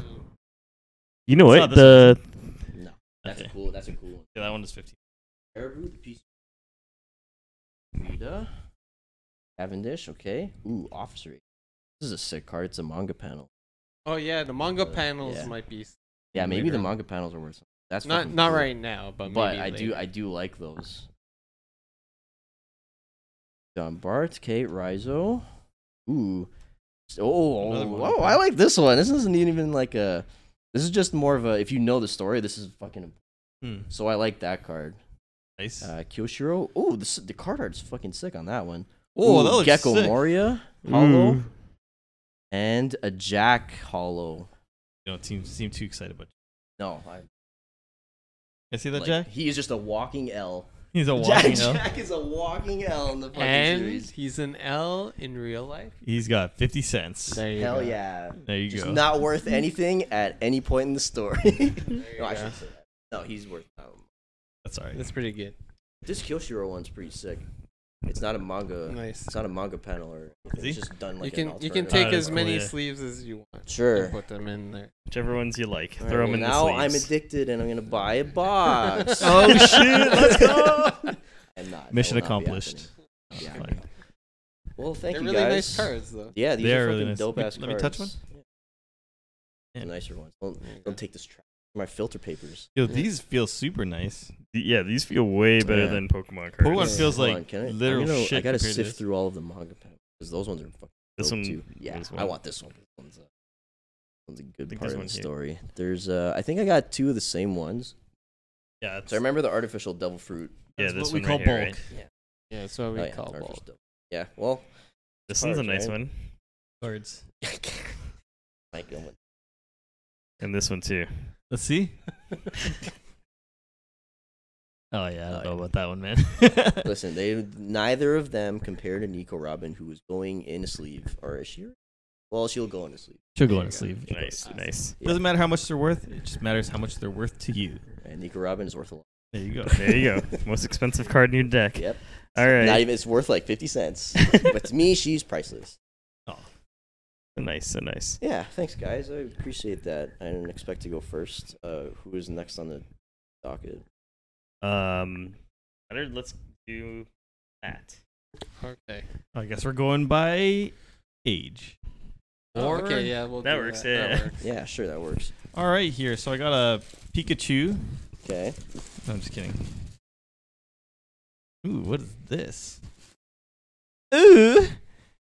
You know what?
It's not this
The
an. No, that's
Okay.
a cool. That's a cool one.
Yeah, that one is 15.
Caribou, the piece. Rita. Cavendish. Okay. Ooh, officer. This is a sick card. It's a manga panel.
Oh yeah, the manga
Uh,
panels
yeah.
might be.
Yeah, maybe
Later
the
on.
manga panels are worth. Something. That's
Not
fucking
not
cool.
right now, but
But
maybe
I do
later.
I do like those. John Bart, Kate Rizzo. Ooh. Oh,
Another
oh,
one.
oh, I like this one. This isn't even like a this is just more of a if you know the story, this is fucking
Hmm,
so I like that card.
nice.
Uh Kyoshiro. Oh, this the card art's fucking sick on that one.
Oh,
Ooh,
that looks
Gecko
sick. Hmm.
Moria
Hmm.
hollow
Ooh.
and a Jack hollow.
You don't seem, seem too excited about
No, I
it. I see that,
like,
Jack?
He is just a walking L.
He's a walking
Jack,
L.
Jack is a walking L in the fucking
And
series.
he's an L in real life.
He's got 50 cents.
There you
Hell
go.
yeah.
There you
Just
go.
not worth anything at any point in the story. [LAUGHS]
There you
no, I
go.
shouldn't say that. No, he's worth. Um,
That's all right.
That's pretty good.
this Kyoshiro one's pretty sick. It's not a manga.
Nice.
It's not a manga panel or. anything. It's
See?
just done
you
like
can
an
you can
alternative-
Oh,
take
that's
as
cool,
many
yeah.
sleeves as you want.
Sure.
And put them in there.
Whichever ones you like,
All right,
throw
well,
them in
now
the
I'm
sleeves.
addicted and I'm gonna buy
[LAUGHS]
a box.
Oh, shit, let's go.
[LAUGHS] I'm not. that
Mission
will not be
accomplished.
happening. Yeah.
Fine.
Well, thank
They're
you
really
guys.
nice cards, though.
Yeah, these
They're
are
really
fucking
nice.
dope
Let me-
ass
let
cards.
me touch
The
Yeah.
nicer ones. Don't,
There you go.
don't take this trash. My filter papers.
Yo,
Yeah.
these feel super nice.
Yeah, these feel way better
Yeah.
than Pokemon cards.
Pokemon
Yeah,
feels
hold
like
on, can I, I'm
literal
gonna- I
shit
gotta
compared to
sift
this.
through all of the manga pens because those ones are fucking.
This
dope,
one-
too. Yeah,
this
I
one.
want this one. This one's a, one's a good
think
part
this
of the
one here.
story. There's, uh, I think I got two of the same ones.
Yeah, it's,
So I remember the artificial devil fruit.
Yeah,
that's
this
what we
one
call
right here,
bulk.
right?
Yeah, that's what we
oh, yeah,
call
artificial
balls.
devil. Yeah, well, [LAUGHS]
This one's a
Cards,
nice
right?
one,
cards.
Mike Gilman.
and this one too.
Let's see. oh yeah, I
Oh,
don't
yeah.
know about that one, man.
Listen, they neither of them compared to Nico Robin, who was going in a sleeve, or is she? Well, she'll go in a sleeve.
[LAUGHS] She'll go on a sleeve.
Nice, nice.
Doesn't matter how much they're worth. It just matters how much they're worth to you.
And Nico Robin is worth a lot.
There you go.
There you
[LAUGHS]
go. Most expensive card in your deck.
Yep.
All right.
Not even it's worth like fifty
[LAUGHS]
cents.
[LAUGHS]
but to me, she's priceless.
So [LAUGHS] nice, so nice.
Yeah, thanks guys. I appreciate that. I didn't expect to go first. Uh, who is next on the docket?
Um, Leonard, let's do that.
Okay.
Oh,
I guess we're going by age.
Oh,
Or-
okay, yeah, we'll
That
do
works,
That.
yeah.
[LAUGHS]
works.
Yeah, sure, that works.
All right, here. So I got a Pikachu.
Okay.
No, I'm just kidding. Ooh, what is this? Ooh,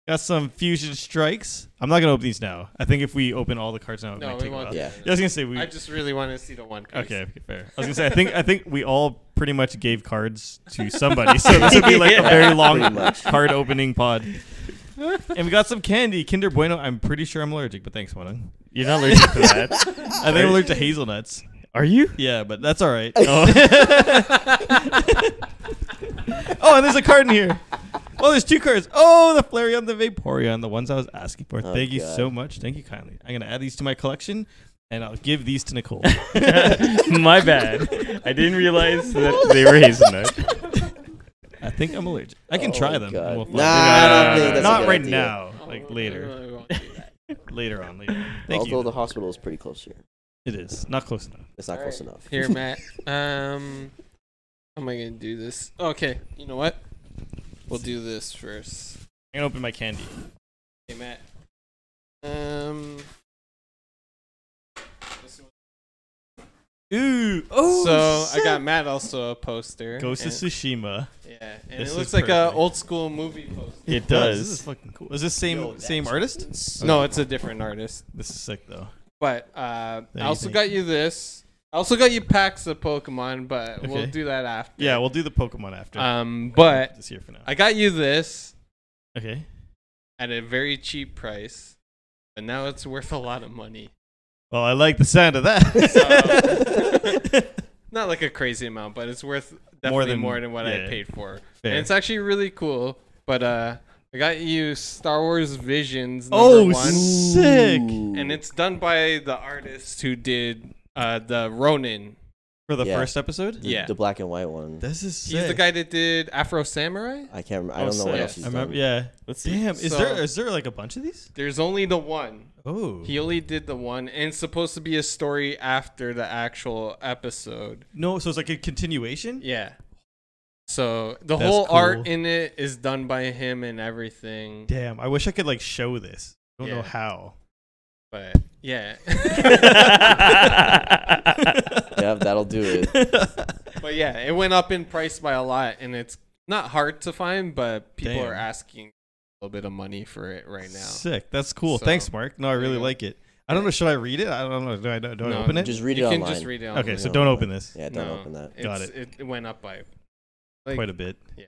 got some fusion strikes. I'm not gonna open these now. I think if we open all the cards now, it
No,
might
we
take a
want.
while.
Yeah.
that.
I was gonna say we.
I just really want to see the one. Piece.
okay, okay, fair. I was gonna say I think
[LAUGHS]
I think we all pretty much gave cards to somebody, so this would be
[LAUGHS]
like a very
Pretty
long
much.
card opening pod. And we got some candy, Kinder Bueno. I'm pretty sure I'm allergic, but thanks, Wanang.
You're not allergic to that,
I think I'm allergic to hazelnuts.
[LAUGHS] are you?
Yeah, but that's all
[LAUGHS]
right. Oh, [LAUGHS]
Oh,
and there's a card in here. Oh, there's two cards. Oh, the Flareon, the Vaporeon, the ones I was asking for.
Oh,
Thank you
God.
so much. Thank you kindly. I'm gonna add these to my collection, and I'll give these to
[LAUGHS]
Nicole.
[LAUGHS] My bad. [LAUGHS] I didn't
[LAUGHS]
realize that
[LAUGHS]
they were hazelnut.
I think I'm allergic. I can
Oh,
try them.
God.
and we'll find
Nah,
out.
I don't
No, no, no,
think that's a
Not
good
right
idea.
now.
Oh,
Like
I
later,
really won't do that.
later on, later. Thank
Although
you.
the hospital is pretty close here.
it is not close enough.
It's not
All
close
right.
enough. [LAUGHS]
Here, Matt. Um, how am I gonna do this? Okay, you know what? We'll do this first.
I'm gonna open my candy.
Hey, Matt. Um. this one-
Ooh. Oh.
so
shit.
I got Matt also a poster.
Ghost of
and,
[LAUGHS]
Tsushima.
Yeah, and
This
it
is
looks like a
perfect.
old school movie poster.
It
This is
does.
fucking cool. Is this same
Yo,
same
that's-
artist?
No, it's a different artist.
This is sick though.
But uh,
There
I
you
also
think.
got you this. I also got you packs of Pokemon, but we'll
Okay.
do that after.
Yeah, we'll do the Pokemon after.
Uh,
Um, but
this year for now.
I got you this
okay.
at a very cheap price, but now it's worth a lot of money.
Well, I like the sound of
[LAUGHS]
that.
Not like a crazy amount, but it's worth definitely
More
more
than-
than, what
yeah.
I paid for.
[LAUGHS] Fair.
And it's actually really cool. But uh, I got you Star Wars Visions number
oh,
one,
sick!
and it's done by the artist who did uh, the Ronin.
For the
Yeah.
first episode.
the,
yeah.
the black and white one.
This is
He's the guy that did Afro Samurai.
I can't. Remember. I
Oh,
don't know what
sick.
else he's
I remember.
done.
Yeah.
Let's see.
Damn. Is
So-
there is there like a bunch of these?
There's only the one.
Oh.
He only did the one, and it's supposed to be a story after the actual episode.
no. So it's like a continuation.
Yeah. So the
That's
whole
cool.
art in it is done by him and everything.
Damn. I wish I could like show this. I don't know
Yeah. [LAUGHS]
how.
But [LAUGHS] yeah.
Yeah, that'll do it.
but yeah, it went up in price by a lot, and it's not hard to find, but people
Damn.
are asking a little bit of money for it [LAUGHS] right now.
Sick. That's cool.
So-
Thanks, Mark. No, I
There you
really
go.
like it. I don't know. Should I read it? I don't know. Do I, do I
No,
open it?
Just read
you
it
can
online.
just read it. online.
okay. So
it
don't
online.
open this.
Yeah, don't
No,
open that.
it's-
Got it.
It went up by like,
Quite a bit.
yeah.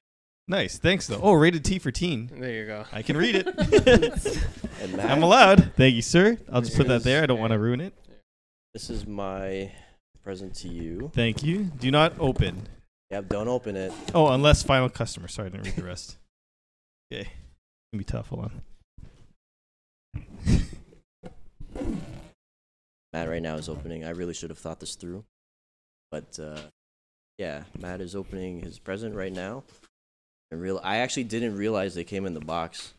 Nice. Thanks though. Oh, rated T for teen.
There you go.
I can read it.
[LAUGHS] And Matt,
I'm allowed. Thank you, sir. I'll just put that
Yes.
there. I don't want to ruin it.
This is my present to you.
Thank you. Do not open.
Yep, don't open it.
Oh, unless final customer. Sorry, I didn't read the rest. Okay. Gonna be tough. Hold on.
Matt right now is opening. I really should have thought this through. But uh, yeah, Matt is opening his present right now. And real I actually didn't realize they came in the box.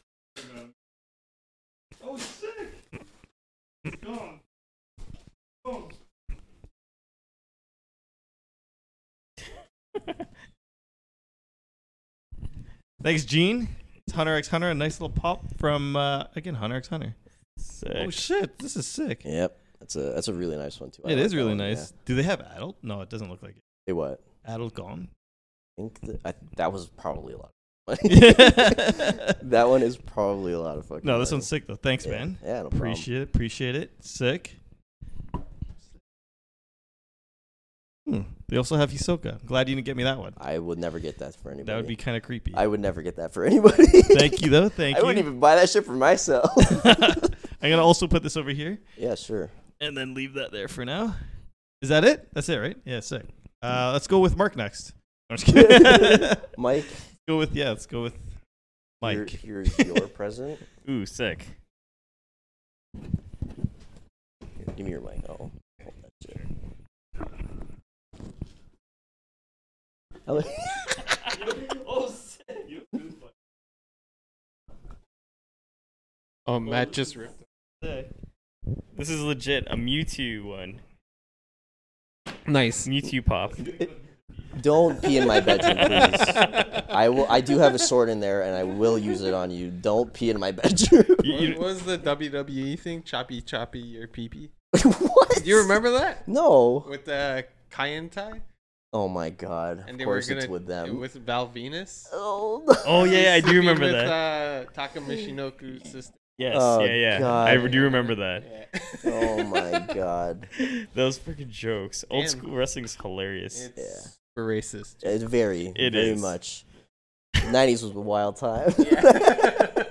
Oh, sick. Thanks, Gene. It's Hunter X Hunter, a nice little pop from uh, again Hunter X Hunter. Oh
Sick.
shit, this is sick.
Yep. That's a that's a really nice one too. I
It
like
is
that
really
one, yeah.
nice. Do they have adult? No, it doesn't look like it.
Say what?
Adult gone.
I think that, I, that was probably a lot. Of money.
[LAUGHS]
[LAUGHS]
no,
that one is probably a lot of [LAUGHS] fucking.
this
money.
one's sick though. Thanks,
yeah.
man.
Yeah, no problem.
Appreciate it. Appreciate it. Sick. Hmm. They also have Hisoka. I'm glad you didn't get me that one.
I would never get that for anybody.
That would be kind of creepy. [LAUGHS]
I would never get that for [LAUGHS] anybody.
Thank you though.
[LAUGHS]
Thank
I
you.
wouldn't even buy that shit for
[LAUGHS]
myself. [LAUGHS]
I'm gonna also put this over here
yeah, sure.
and then leave that there for now. Is that it? That's it, right? Yeah, sick. Uh, let's go with Mark next. I'm
[LAUGHS]
just kidding. let's
Mike,
go with yeah. Let's go with
Here,
Mike.
here's
[LAUGHS]
your present.
Ooh, sick.
Here, give me your mic. Oh, hold that shit. Hello.
Oh, Matt just ripped.
This is legit a Mewtwo one.
Nice.
Mewtwo pop.
Don't pee in my bedroom, please. I will. I do have a sword in there, and I will use it on you. Don't pee in my
[LAUGHS]
bedroom. [LAUGHS]
You- you-
What was the WWE thing? Choppy, choppy, your peepee.
what?
Do you remember that
No.
with the Kayan tie?
Oh my god. Of
And they were
course
gonna
it's with them. [LAUGHS]
with Val Venus.
Oh,
oh yeah, yeah, I do
Be
remember
with,
that.
Uh, Takamishinoku's sister.
Yes,
Oh,
yeah, yeah. I
God.
do remember that.
Yeah.
[LAUGHS] oh
[LAUGHS]
my god.
Those freaking jokes. Old
Damn.
school wrestling's hilarious.
It's super racist.
It's very,
It
very
is.
much. 90s was a wild time.
[LAUGHS] Yeah.
[LAUGHS]
Oh,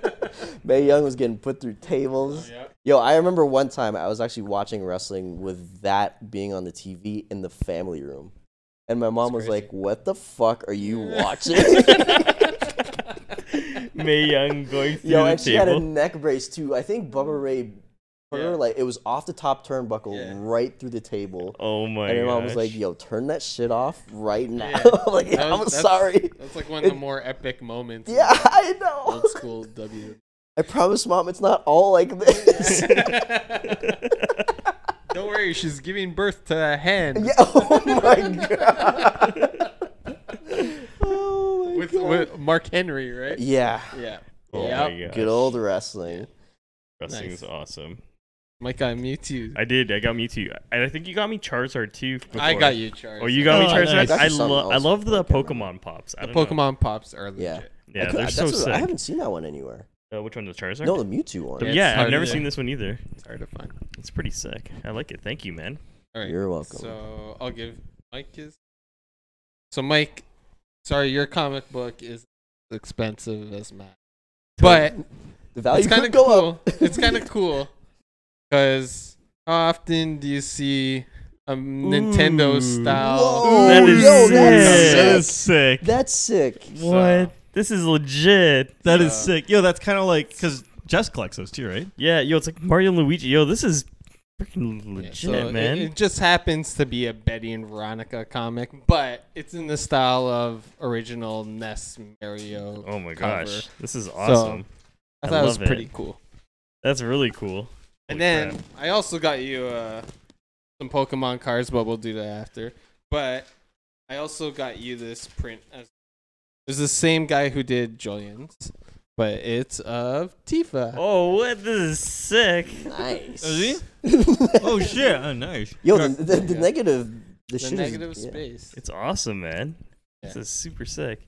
Mae Young was getting put through tables. Yo, I remember one time I was actually watching wrestling with that being on the TV in the family room. And my mom was like, What the fuck are
[LAUGHS]
you watching?
[LAUGHS] May Young going through
[LAUGHS] Yo,
the
and she had a
table.
neck brace too. I think Bubba Ray, her,
Yeah.
like it was off the top turnbuckle,
Yeah.
right through the table.
Oh my
and her mom was like,
gosh.
"Yo, turn that shit off right now."
Yeah.
I'm [LAUGHS] like,
That was-
"I'm
that's-
sorry."
That's like one of the more epic moments. in
Yeah, I know.
Old
[LAUGHS]
school W.
I promise, mom, it's not all like
[LAUGHS]
this. [LAUGHS]
Don't worry, she's giving birth to a hand.
yeah. Oh
[LAUGHS]
my god. [LAUGHS] oh my
With,
god.
with Mark Henry, right?
yeah.
Yeah.
Oh
yeah.
my gosh.
Good old wrestling.
wrestling's
Nice.
awesome.
Mike, I mute you.
I did. I got Mewtwo, and I think you got me Charizard too. Before.
I got you, Charles.
Oh, you got me
Oh,
Charizard.
nice.
I
That's something
love. I
else
love the Pokemon
Pokemon.
pops. I
The
don't know.
Pokemon pops
Yeah.
are legit.
I
Yeah,
could-
they're
that's
so
what- I
sick.
haven't seen that one anywhere.
Uh, which one? The Charizard?
No, the Mewtwo one.
The-
Yeah,
yeah,
it's
I've
hard
never
to-
seen this one either.
It's hard to find.
It's pretty sick. I like it. Thank you, man.
All right.
You're welcome.
So I'll give Mike his. So Mike, sorry, your comic book is as expensive as Matt, but
the value
it's kind
could
of
go up.
cool. it's
[LAUGHS]
kind of cool because how often do you see a Nintendo style?
Whoa,
That is
yo,
Oh, sick.
That is
that's sick. [LAUGHS]
sick.
That's sick.
What? This is legit.
That is
Yeah.
sick. Yo, that's kind of like because Jess collects those
[LAUGHS]
too, right?
Yeah, yo, it's like Mario and Luigi. Yo, this is freaking
Yeah,
legit,
so it-
man.
It, just happens to be a Betty and Veronica comic, but it's in the style of original NES Mario.
oh my
cover.
gosh, this is awesome.
I
I
thought it was
love it.
pretty cool.
That's really cool. Holy
And then
crap.
I also got you uh, some Pokemon cards, but we'll do that after. But I also got you this print. As, it's the same guy who did Julian's, but it's of Tifa.
oh, what? This is sick.
Nice. [LAUGHS]
oh shit! Oh nice.
Yo, the, the, the
Yeah.
negative. The,
the
shit
negative
is, yeah.
space.
It's awesome, man. This
Yeah.
is super sick.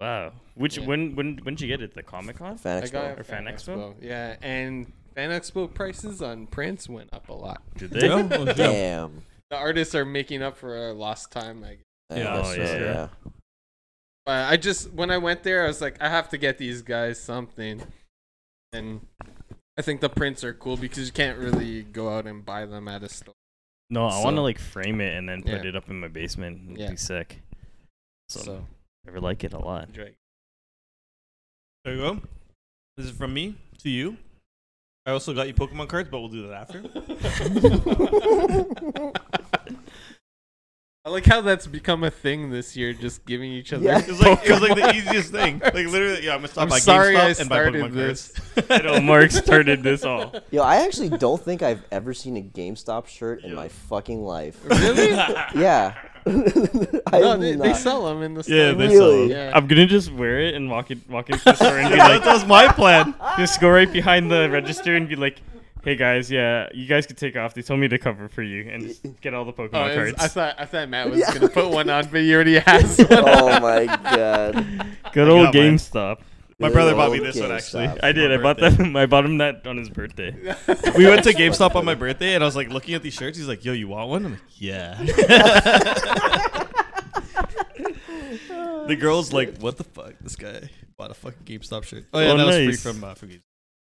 Wow. Which
Yeah.
when when when did you get it? The Comic Con?
Fan
I
Expo.
[LAUGHS] got it
Or Fan
from
Expo?
Yeah, and Fan Expo prices on prints went up a lot.
Did they?
Yeah,
[LAUGHS]
oh, yeah.
Damn.
The artists are making up for our lost time. I guess.
I
Yeah,
guess
oh,
so,
yeah.
yeah.
But I just when I went there, I was like, I have to get these guys something, and I think the prints are cool because you can't really go out and buy them at a store.
No, I want to
So-
like frame it and then put
Yeah.
it up in my basement. It'd
Yeah.
be sick. So,
So,
I really like it a lot.
There you go. This is from me to you. I also got you Pokemon cards, but we'll do that
[LAUGHS]
after.
I like how that's become a thing this year, just giving each other.
Yeah.
It was like it was like the
[LAUGHS] Pokemon
easiest thing. Like
cards.
literally, yeah. I'm gonna stop
I'm
by
sorry I
GameStop and buy
started
Pokemon
this.
[LAUGHS] cards.
I know Mark started this all.
Yo, I actually don't think I've ever seen a GameStop shirt in my fucking life. [LAUGHS]
Really? [LAUGHS]
yeah. [LAUGHS] I
No,
am
they, they
not- [LAUGHS]
sell them in the store.
Yeah, they
sell Really?
Yeah.
I'm gonna just wear it and walk it, walk into the store [LAUGHS] and be
That
like,
was my plan.
just go right behind the register and be like, "Hey guys, yeah, you guys could take off. They told me to cover for you and just get all the Pokemon
Oh, it was-
cards.
I thought I thought Matt was gonna put one on, but
[LAUGHS]
he already has one.
oh my god.
Good
I
old
got mine.
GameStop.
My
Good
brother bought me
old
this one actually.
GameStop.
I did. I bought
that.
them. [LAUGHS] I bought him that on his birthday.
we went to GameStop on my birthday, and I was like looking at these shirts. He's like, "Yo, you want one?" I'm like, "Yeah." [LAUGHS] the girl's like, "What the fuck? This guy bought a fucking GameStop shirt." Oh yeah,
Oh,
that was
nice.
free from uh, from GameStop.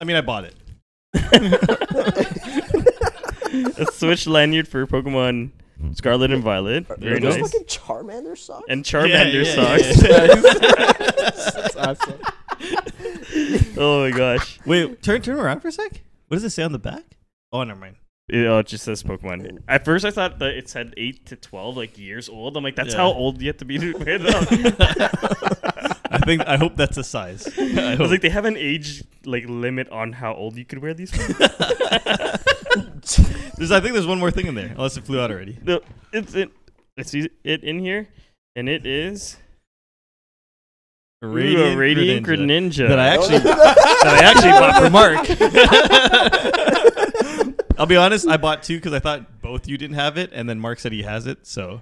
I mean, I bought it.
A Switch lanyard for Pokemon Scarlet and Violet. Very
Are those
nice.
fucking Charmander socks?
And Charmander socks. [LAUGHS]
That's awesome.
[LAUGHS] Oh my gosh.
[LAUGHS] Wait, turn turn around for a sec. What does it say on the back? Oh,
[LAUGHS]
never mind. [LAUGHS]
It, oh, it just says Pokemon. At first, I thought that it said eight to twelve, like years old. I'm like, that's
Yeah.
how old you have to be
[LAUGHS]
to wear them.
I think I hope that's a size.
[LAUGHS] I
I
was
hope.
like, they have an age like limit on how old you could wear these. things. [LAUGHS]
[LAUGHS] There's, I think there's one more thing in there, unless it flew out already.
No, it's it. It's e- it in here, and it is
A
ooh, a radiant Greninja.
that I actually [LAUGHS] that I actually bought [LAUGHS] for Mark.
[LAUGHS]
I'll be honest, I bought two because I thought both you didn't have it, and then Mark said he has it, so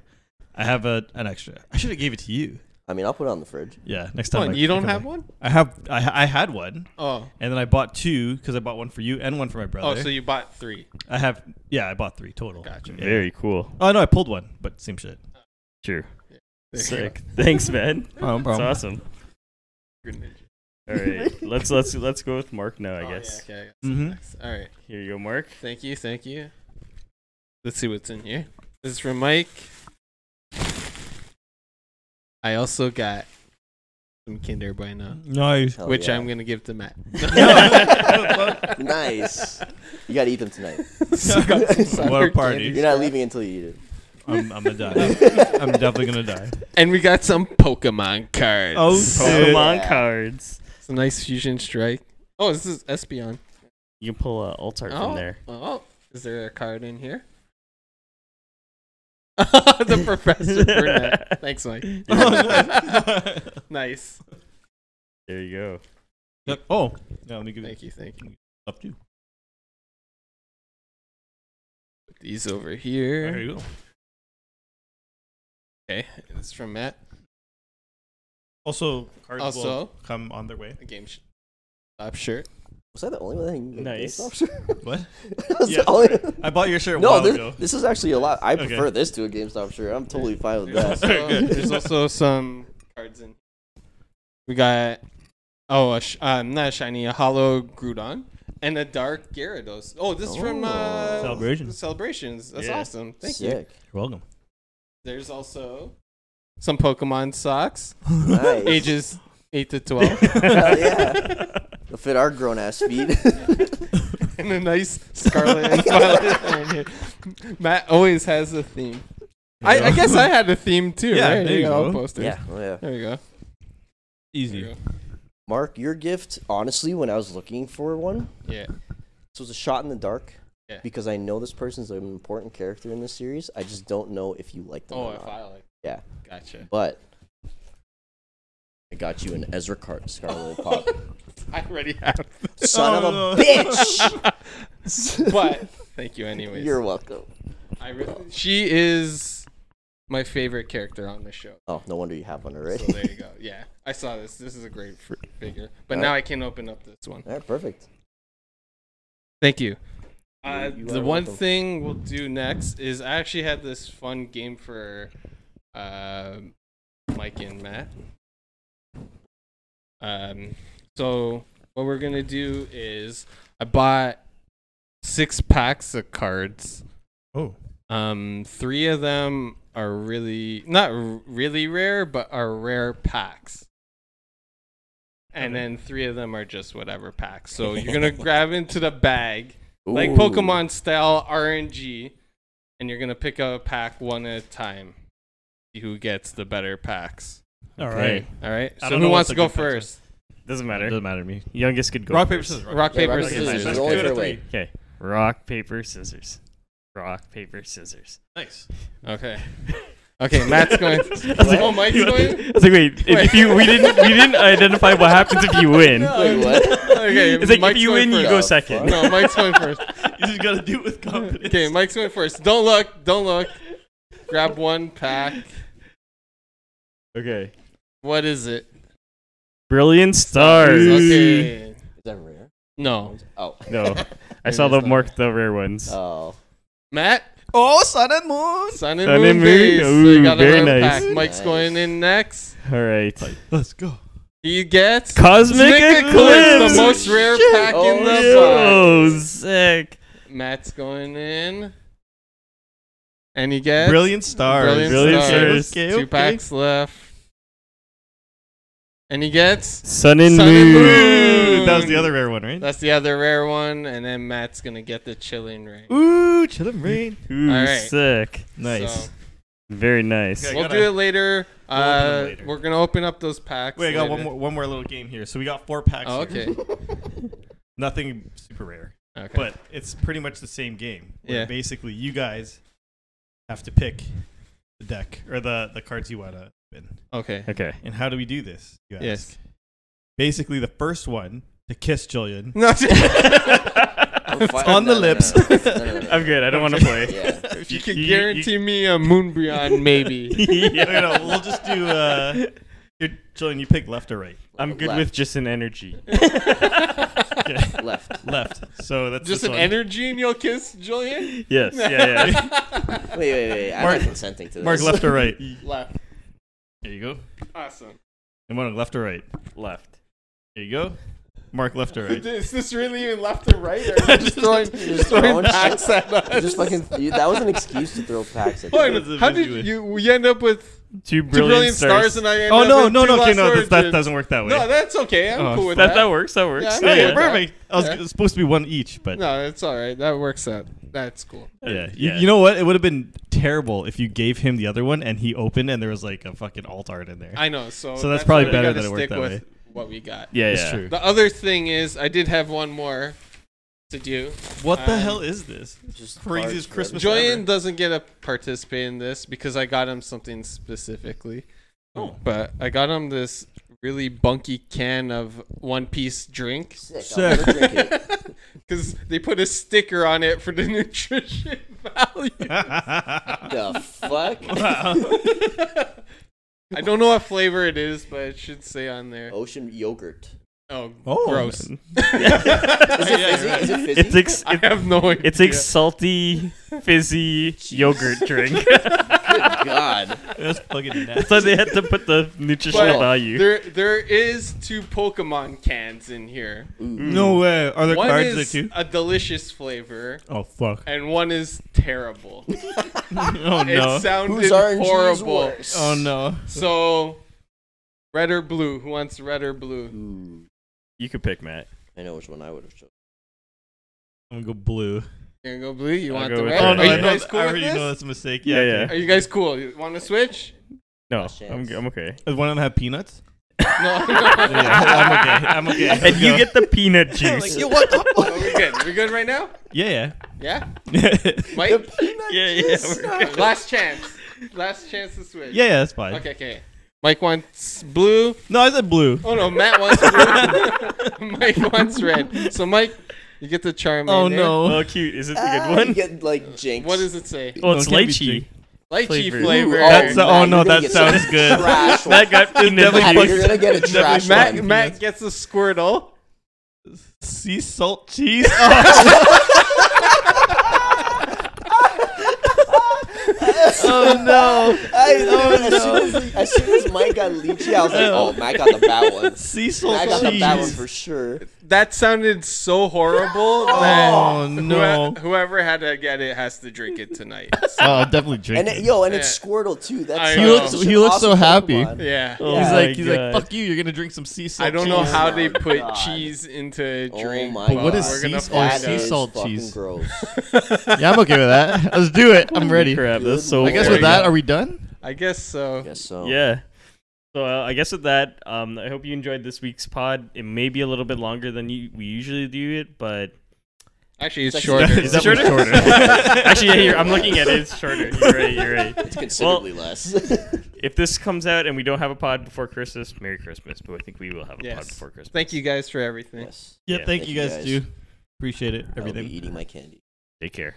I have a, an extra. I should have gave it to you.
I mean, I'll put it on the fridge.
Yeah, next time.
Come on,
I-
you
I
don't
come
have
back.
one?
I have. I, I had one,
Oh,
and then I bought two because I bought one for you and one for my
oh,
brother.
so you bought three?
I have. Yeah, I bought three total.
Gotcha.
Yeah.
Very cool.
Oh no, I pulled one, but same shit.
True.
There you
Sick. Thanks, man.
Oh, no
That's
problem.
awesome.
go. Good ninja.
All right, let's let's let's go with Mark now. I
Oh,
guess.
Yeah, okay, I got
Mhm.
something next. All right.
Here you go, Mark.
[LAUGHS]
Thank you. Thank you. Let's see what's in here. This is from Mike. I also got some Kinder Bueno,
Nice.
Hell
which
yeah.
I'm gonna give to
[LAUGHS]
Matt. [LAUGHS]
Nice. You gotta eat them
[LAUGHS]
tonight.
What a party.
You're not leaving until you eat it.
I'm, I'm gonna [LAUGHS] die. I'm definitely gonna die.
And we got some Pokemon cards.
Oh,
Dude.
Pokemon
Yeah.
cards.
it's a nice fusion strike. Oh, this is Espeon.
You can pull a uh, Altart
Oh,
from there.
oh, is there a card in here? [LAUGHS] the
[LAUGHS]
Professor Burnett.
[LAUGHS]
Thanks, Mike. nice.
There you go.
Yep. Oh, no, let me give
Thank you. Thank you.
up to you.
Put these over here.
There you go.
Okay, it's from Matt.
Also, cards will
Also,
come on their way.
a game sh- top shirt.
Was I the only one that can get
Nice.
GameStop shirt? [LAUGHS]
What?
I was the
Yeah,
only-
I bought your shirt a
No,
while
this,
ago.
this is actually a lot. I
Okay.
prefer this to a GameStop shirt. I'm totally fine with
There's
that.
[LAUGHS]
also,
Good.
there's also some cards in. We got oh, a sh- uh, not a shiny, a hollow Groudon and a dark Gyarados. Oh, this is from uh,
Oh.
Celebrations.
Celebrations. That's
Yeah.
awesome. Thank you.
Sick.
You're welcome.
There's also some Pokemon
[LAUGHS]
socks,
[LAUGHS]
Nice.
ages eight to twelve,
[LAUGHS] Hell [LAUGHS]
[LAUGHS]
yeah. They'll fit our grown ass feet.
and a nice Scarlet and
[LAUGHS]
Violet. lanyard. Matt always has a theme. I, I guess I had a theme too.
Yeah,
right?
there you
know,
go.
Posters.
yeah. Oh, yeah.
There you go. There you
Easy.
go.
Mark, your gift, honestly, when I was looking for one,
Yeah.
this was a shot in the dark.
Yeah.
Because I know this person's an important character in this series. I just don't know if you like them
Oh,
or
if
not.
I like.
Yeah.
Gotcha.
But I got you an Ezra Cart
[LAUGHS]
Scarlet Pop.
I already have.
Son
Oh,
of
no.
a bitch!
But [LAUGHS] thank you [LAUGHS] anyways.
You're welcome.
I really, she is my favorite character on the show.
Oh, no wonder you have one
So
already.
there you go. Yeah, I saw this. This is a great fr- figure.
[LAUGHS]
But now I can open up this one.
All right, perfect.
Thank you. Uh,
You- you
the
are
one
welcome.
thing we'll do next is I actually had this fun game for uh, Mike and Matt. Um, so what we're gonna do is I bought six packs of cards.
Oh.
Um, three of them are really not r- really rare, but are rare packs. And
Okay.
then three of them are just whatever packs.
[LAUGHS]
So you're gonna grab into the bag like
Ooh.
Pokemon style RNG, and you're gonna pick up a pack one at a time. See who gets the better packs.
All
Okay.
right.
All right.
I
So
don't
who
know
wants
what's
to
a
go
good pack,
first?
Doesn't matter.
Doesn't matter to me.
Youngest could go.
Rock, paper,
first.
scissors.
Rock
Yeah,
paper
rock,
Okay,
scissors.
nice.
scissors.
There's
Two
only
out of
fair
three.
way.
Okay. Rock paper scissors. Rock paper scissors.
Okay. Okay, Matt's
[LAUGHS]
going.
I was like,
oh, Mike's
you-
going.
I was like, wait, if you we didn't we didn't identify what happens if
[LAUGHS]
you win.
Wait, what?
Okay,
[LAUGHS] It's like
Mike's
if you
going
win, you
first.
go
Oh,
second.
fuck.
No, Mike's
[LAUGHS]
going first.
You just gotta do it with confidence.
Okay, Mike's going first. Don't look. Don't look. Grab one pack.
Okay.
What is it?
Brilliant stars.
Okay.
Is that rare?
No.
Oh.
No, I saw the mark the rare ones.
[LAUGHS] Oh.
Matt?
Oh, sun and moon.
Sun and,
Sun and
moon,
moon.
base. So
Ooh,
you got
very
another
nice.
pack. Mike's
Nice.
going in next.
All right.
Let's go.
He gets
Cosmic
Eclipse,
Eclipse.
the most rare
Shit.
pack in the box.
Oh, sick.
Matt's going in. And he gets
Brilliant stars.
Brilliant
Brilliant
Stars.
stars.
Okay,
two
okay.
packs left. And he gets
Sun and
Sun and
moon.
moon.
Ooh, that was the other rare one, right?
that's the other rare one, and then Matt's gonna get the chilling ring.
Ooh, chillin'
[LAUGHS]
rain.
Ooh,
All right.
sick.
Nice.
So,
Very nice.
Okay. I
we'll
gotta-
do it later.
We'll open them
Uh,
later.
We're gonna open up those packs.
Wait, I got one
later.
more one more little game here. So we got four packs.
Oh,
here.
okay.
Nothing super rare,
Okay.
but it's pretty much the same game. Where
Yeah.
Basically, you guys have to pick the deck or the the cards you wanna win.
okay.
Okay.
And how do we do this? You ask.
Yes.
Basically, the first one to kiss
[LAUGHS]
Jillian.
[LAUGHS]
[LAUGHS]
No.
on the lips. [LAUGHS]
I'm good. I don't want to play.
Yeah.
if you can
You- you-
guarantee me a
[LAUGHS]
Moonbryon, [LAUGHS] maybe.
No, no, no, we'll just do. Uh, here, Jillian, you pick left or right?
I'm good
Left.
with just an energy.
[LAUGHS]
left.
Left. So that's
Just
this
an
one.
energy and you'll kiss Julian?
Yes. Yeah. Yeah. [LAUGHS]
Wait, wait, wait. I'm
Mark-
not consenting to this.
Mark left or
[LAUGHS]
right?
Left.
There you go.
Awesome.
And one left or right?
Left.
There you go. Mark left or right?
Is this really even left or right? Or [LAUGHS] are you just throwing, just
throwing
throwing packs at
You
us?
just fucking. You, that was an excuse to throw packs at
Fine,
me.
That's a
[LAUGHS] How did
visual.
you, we end up with
Two
two
brilliant,
brilliant stars. and I end
Oh
up
no,
with
no,
two
no, okay,
last
no,
words
this, that
and-
doesn't work that way.
No, that's okay. I'm
Oh,
cool with
that,
that.
that works. That works.
Yeah, I'm
Yeah.
good
okay,
with
yeah.
that.
perfect. I was,
Yeah.
it was supposed to be one each, but
No, it's all right. That works out. That's cool.
yeah. You,
Yeah.
you know what? It would have been terrible if you gave him the other one and he opened and there was like a fucking alt art in there.
I know. So,
So that's probably
why we
better
gotta
that it worked
stick
that
with What we got.
Yeah.
it's
yeah.
true.
The other thing is, I did have one more to do.
What the
Um,
hell is
[LAUGHS]
this?
Just
Craziest
cards for
Christmas-
Joyan doesn't get to participate in this because I got him something specifically.
Oh.
But I got him this really bunky can of One Piece drink.
[LAUGHS]
everything. Sick.
Sick.
I'll never drink
[LAUGHS]
it.
[LAUGHS] Because they put a sticker on it for the [LAUGHS] nutrition
[LAUGHS]
value.
The fuck?
Wow.
I don't know what flavor it is, but it should say on there.
Ocean yogurt.
Oh,
Oh,
gross.
man.
[LAUGHS]
Is it
Yeah,
fizzy?
you're right.
Is it fizzy?
[LAUGHS] It's ex-
I have no idea.
it's a [LAUGHS] salty, fizzy yogurt drink.
Good God.
That's [LAUGHS] fucking
That's [LAUGHS]
nuts.
why they had to put the nutritional
But
value.
There, there is two Pokemon cans in here.
No way. Are there
one
cards there
is
too?
a delicious flavor,
Oh
[LAUGHS]
fuck.
and one is
[LAUGHS]
terrible.
Oh no.
It sounded
Who's orange? Who's
horrible.
worse?
Oh no.
So, red or blue? Who wants red or blue?
Ooh,
you could pick Matt.
I know which one I would have chosen.
I'm gonna go blue.
You gonna go blue? You
I'll
want
go
the
with
red?
red.
Oh no,
Are
I,
you
know,
guys cool
I
with
already
this?
know that's a mistake.
Yeah,
Yeah,
yeah.
Are you guys cool? You want to switch?
No,
Last
I'm,
chance.
I'm okay.
Does one of them have peanuts?
No. [LAUGHS] no.
yeah, [LAUGHS] I'm okay. I'm okay.
And you
[LAUGHS]
get the
[LAUGHS]
peanut juice.
We're good. We're good right now.
yeah,
Yeah.
yeah. [LAUGHS]
Mike. [LAUGHS]
yeah, yeah. we're good.
Last chance. Last chance to switch.
Yeah, yeah, that's fine.
Okay. Okay. Mike wants blue.
No, I said blue.
Oh no, Matt wants blue. [LAUGHS] Mike wants red. So Mike, you get the charm.
Oh
in there.
no.
Oh, cute. Is this a
Ah,
good
You
one?
get like jinx.
What does it say?
Oh, it's
No, it can't be
lychee.
Lychee
Flavor.
flavor.
Ooh, oh,
That's the- oh
Matt,
no,
you're
that
gonna get some
sounds good.
Trash one.
Matt
[LAUGHS]
got peanut
definitely
juice.
You're gonna get a trash
Matt,
one.
Matt gets the Squirtle.
Sea salt cheese. [LAUGHS] oh no.
I, as, soon as, as soon as Mike got lychee, I was like, oh, Matt got the bad one.
Sea
Matt got
salt
the bad one
cheese.
for sure.
That sounded so horrible that
Oh no.
whoe- whoever had to get it has to drink
[LAUGHS]
it tonight.
Oh, I'll definitely drink
And it, yo, and it's Squirtle too.
I
That's
He know. looks-
such
he
an
looks so
awesome
happy.
Pokemon.
yeah.
[LAUGHS] Oh
he's
my
like, he's like,
God.
fuck you. You're gonna drink some sea salt.
I don't know
cheese."
how they
Oh, my
put
God.
cheese into a
Oh
drink.
my
but
What
is
we're gonna
sea- oh,
find
sea
out.
salt
fucking
cheese.
gross.
Yeah, I'm okay with that. Let's do it. I'm ready.
Crap, that's so.
I guess
boring.
with that, are we done?
I guess so.
Guess so.
Yeah. So uh, I guess with that, um, I
[LAUGHS]
hope you enjoyed this week's pod. It may be a little bit longer than you, we usually do it, but
Actually, it's
It's
shorter.
actually-
It's
[LAUGHS]
definitely shorter.
Actually, yeah, here, I'm looking at it. It's shorter. You're right. You're right.
It's considerably less. [LAUGHS]
If this comes out and we don't have a pod before Christmas, Merry Christmas. But I think we will have a pod
Yes.
before Christmas.
Thank you guys for everything.
yes.
Yeah,
Yeah,
thank you guys too. Appreciate it.
Everything. I'll
Everything.
be eating my candy.
Take care.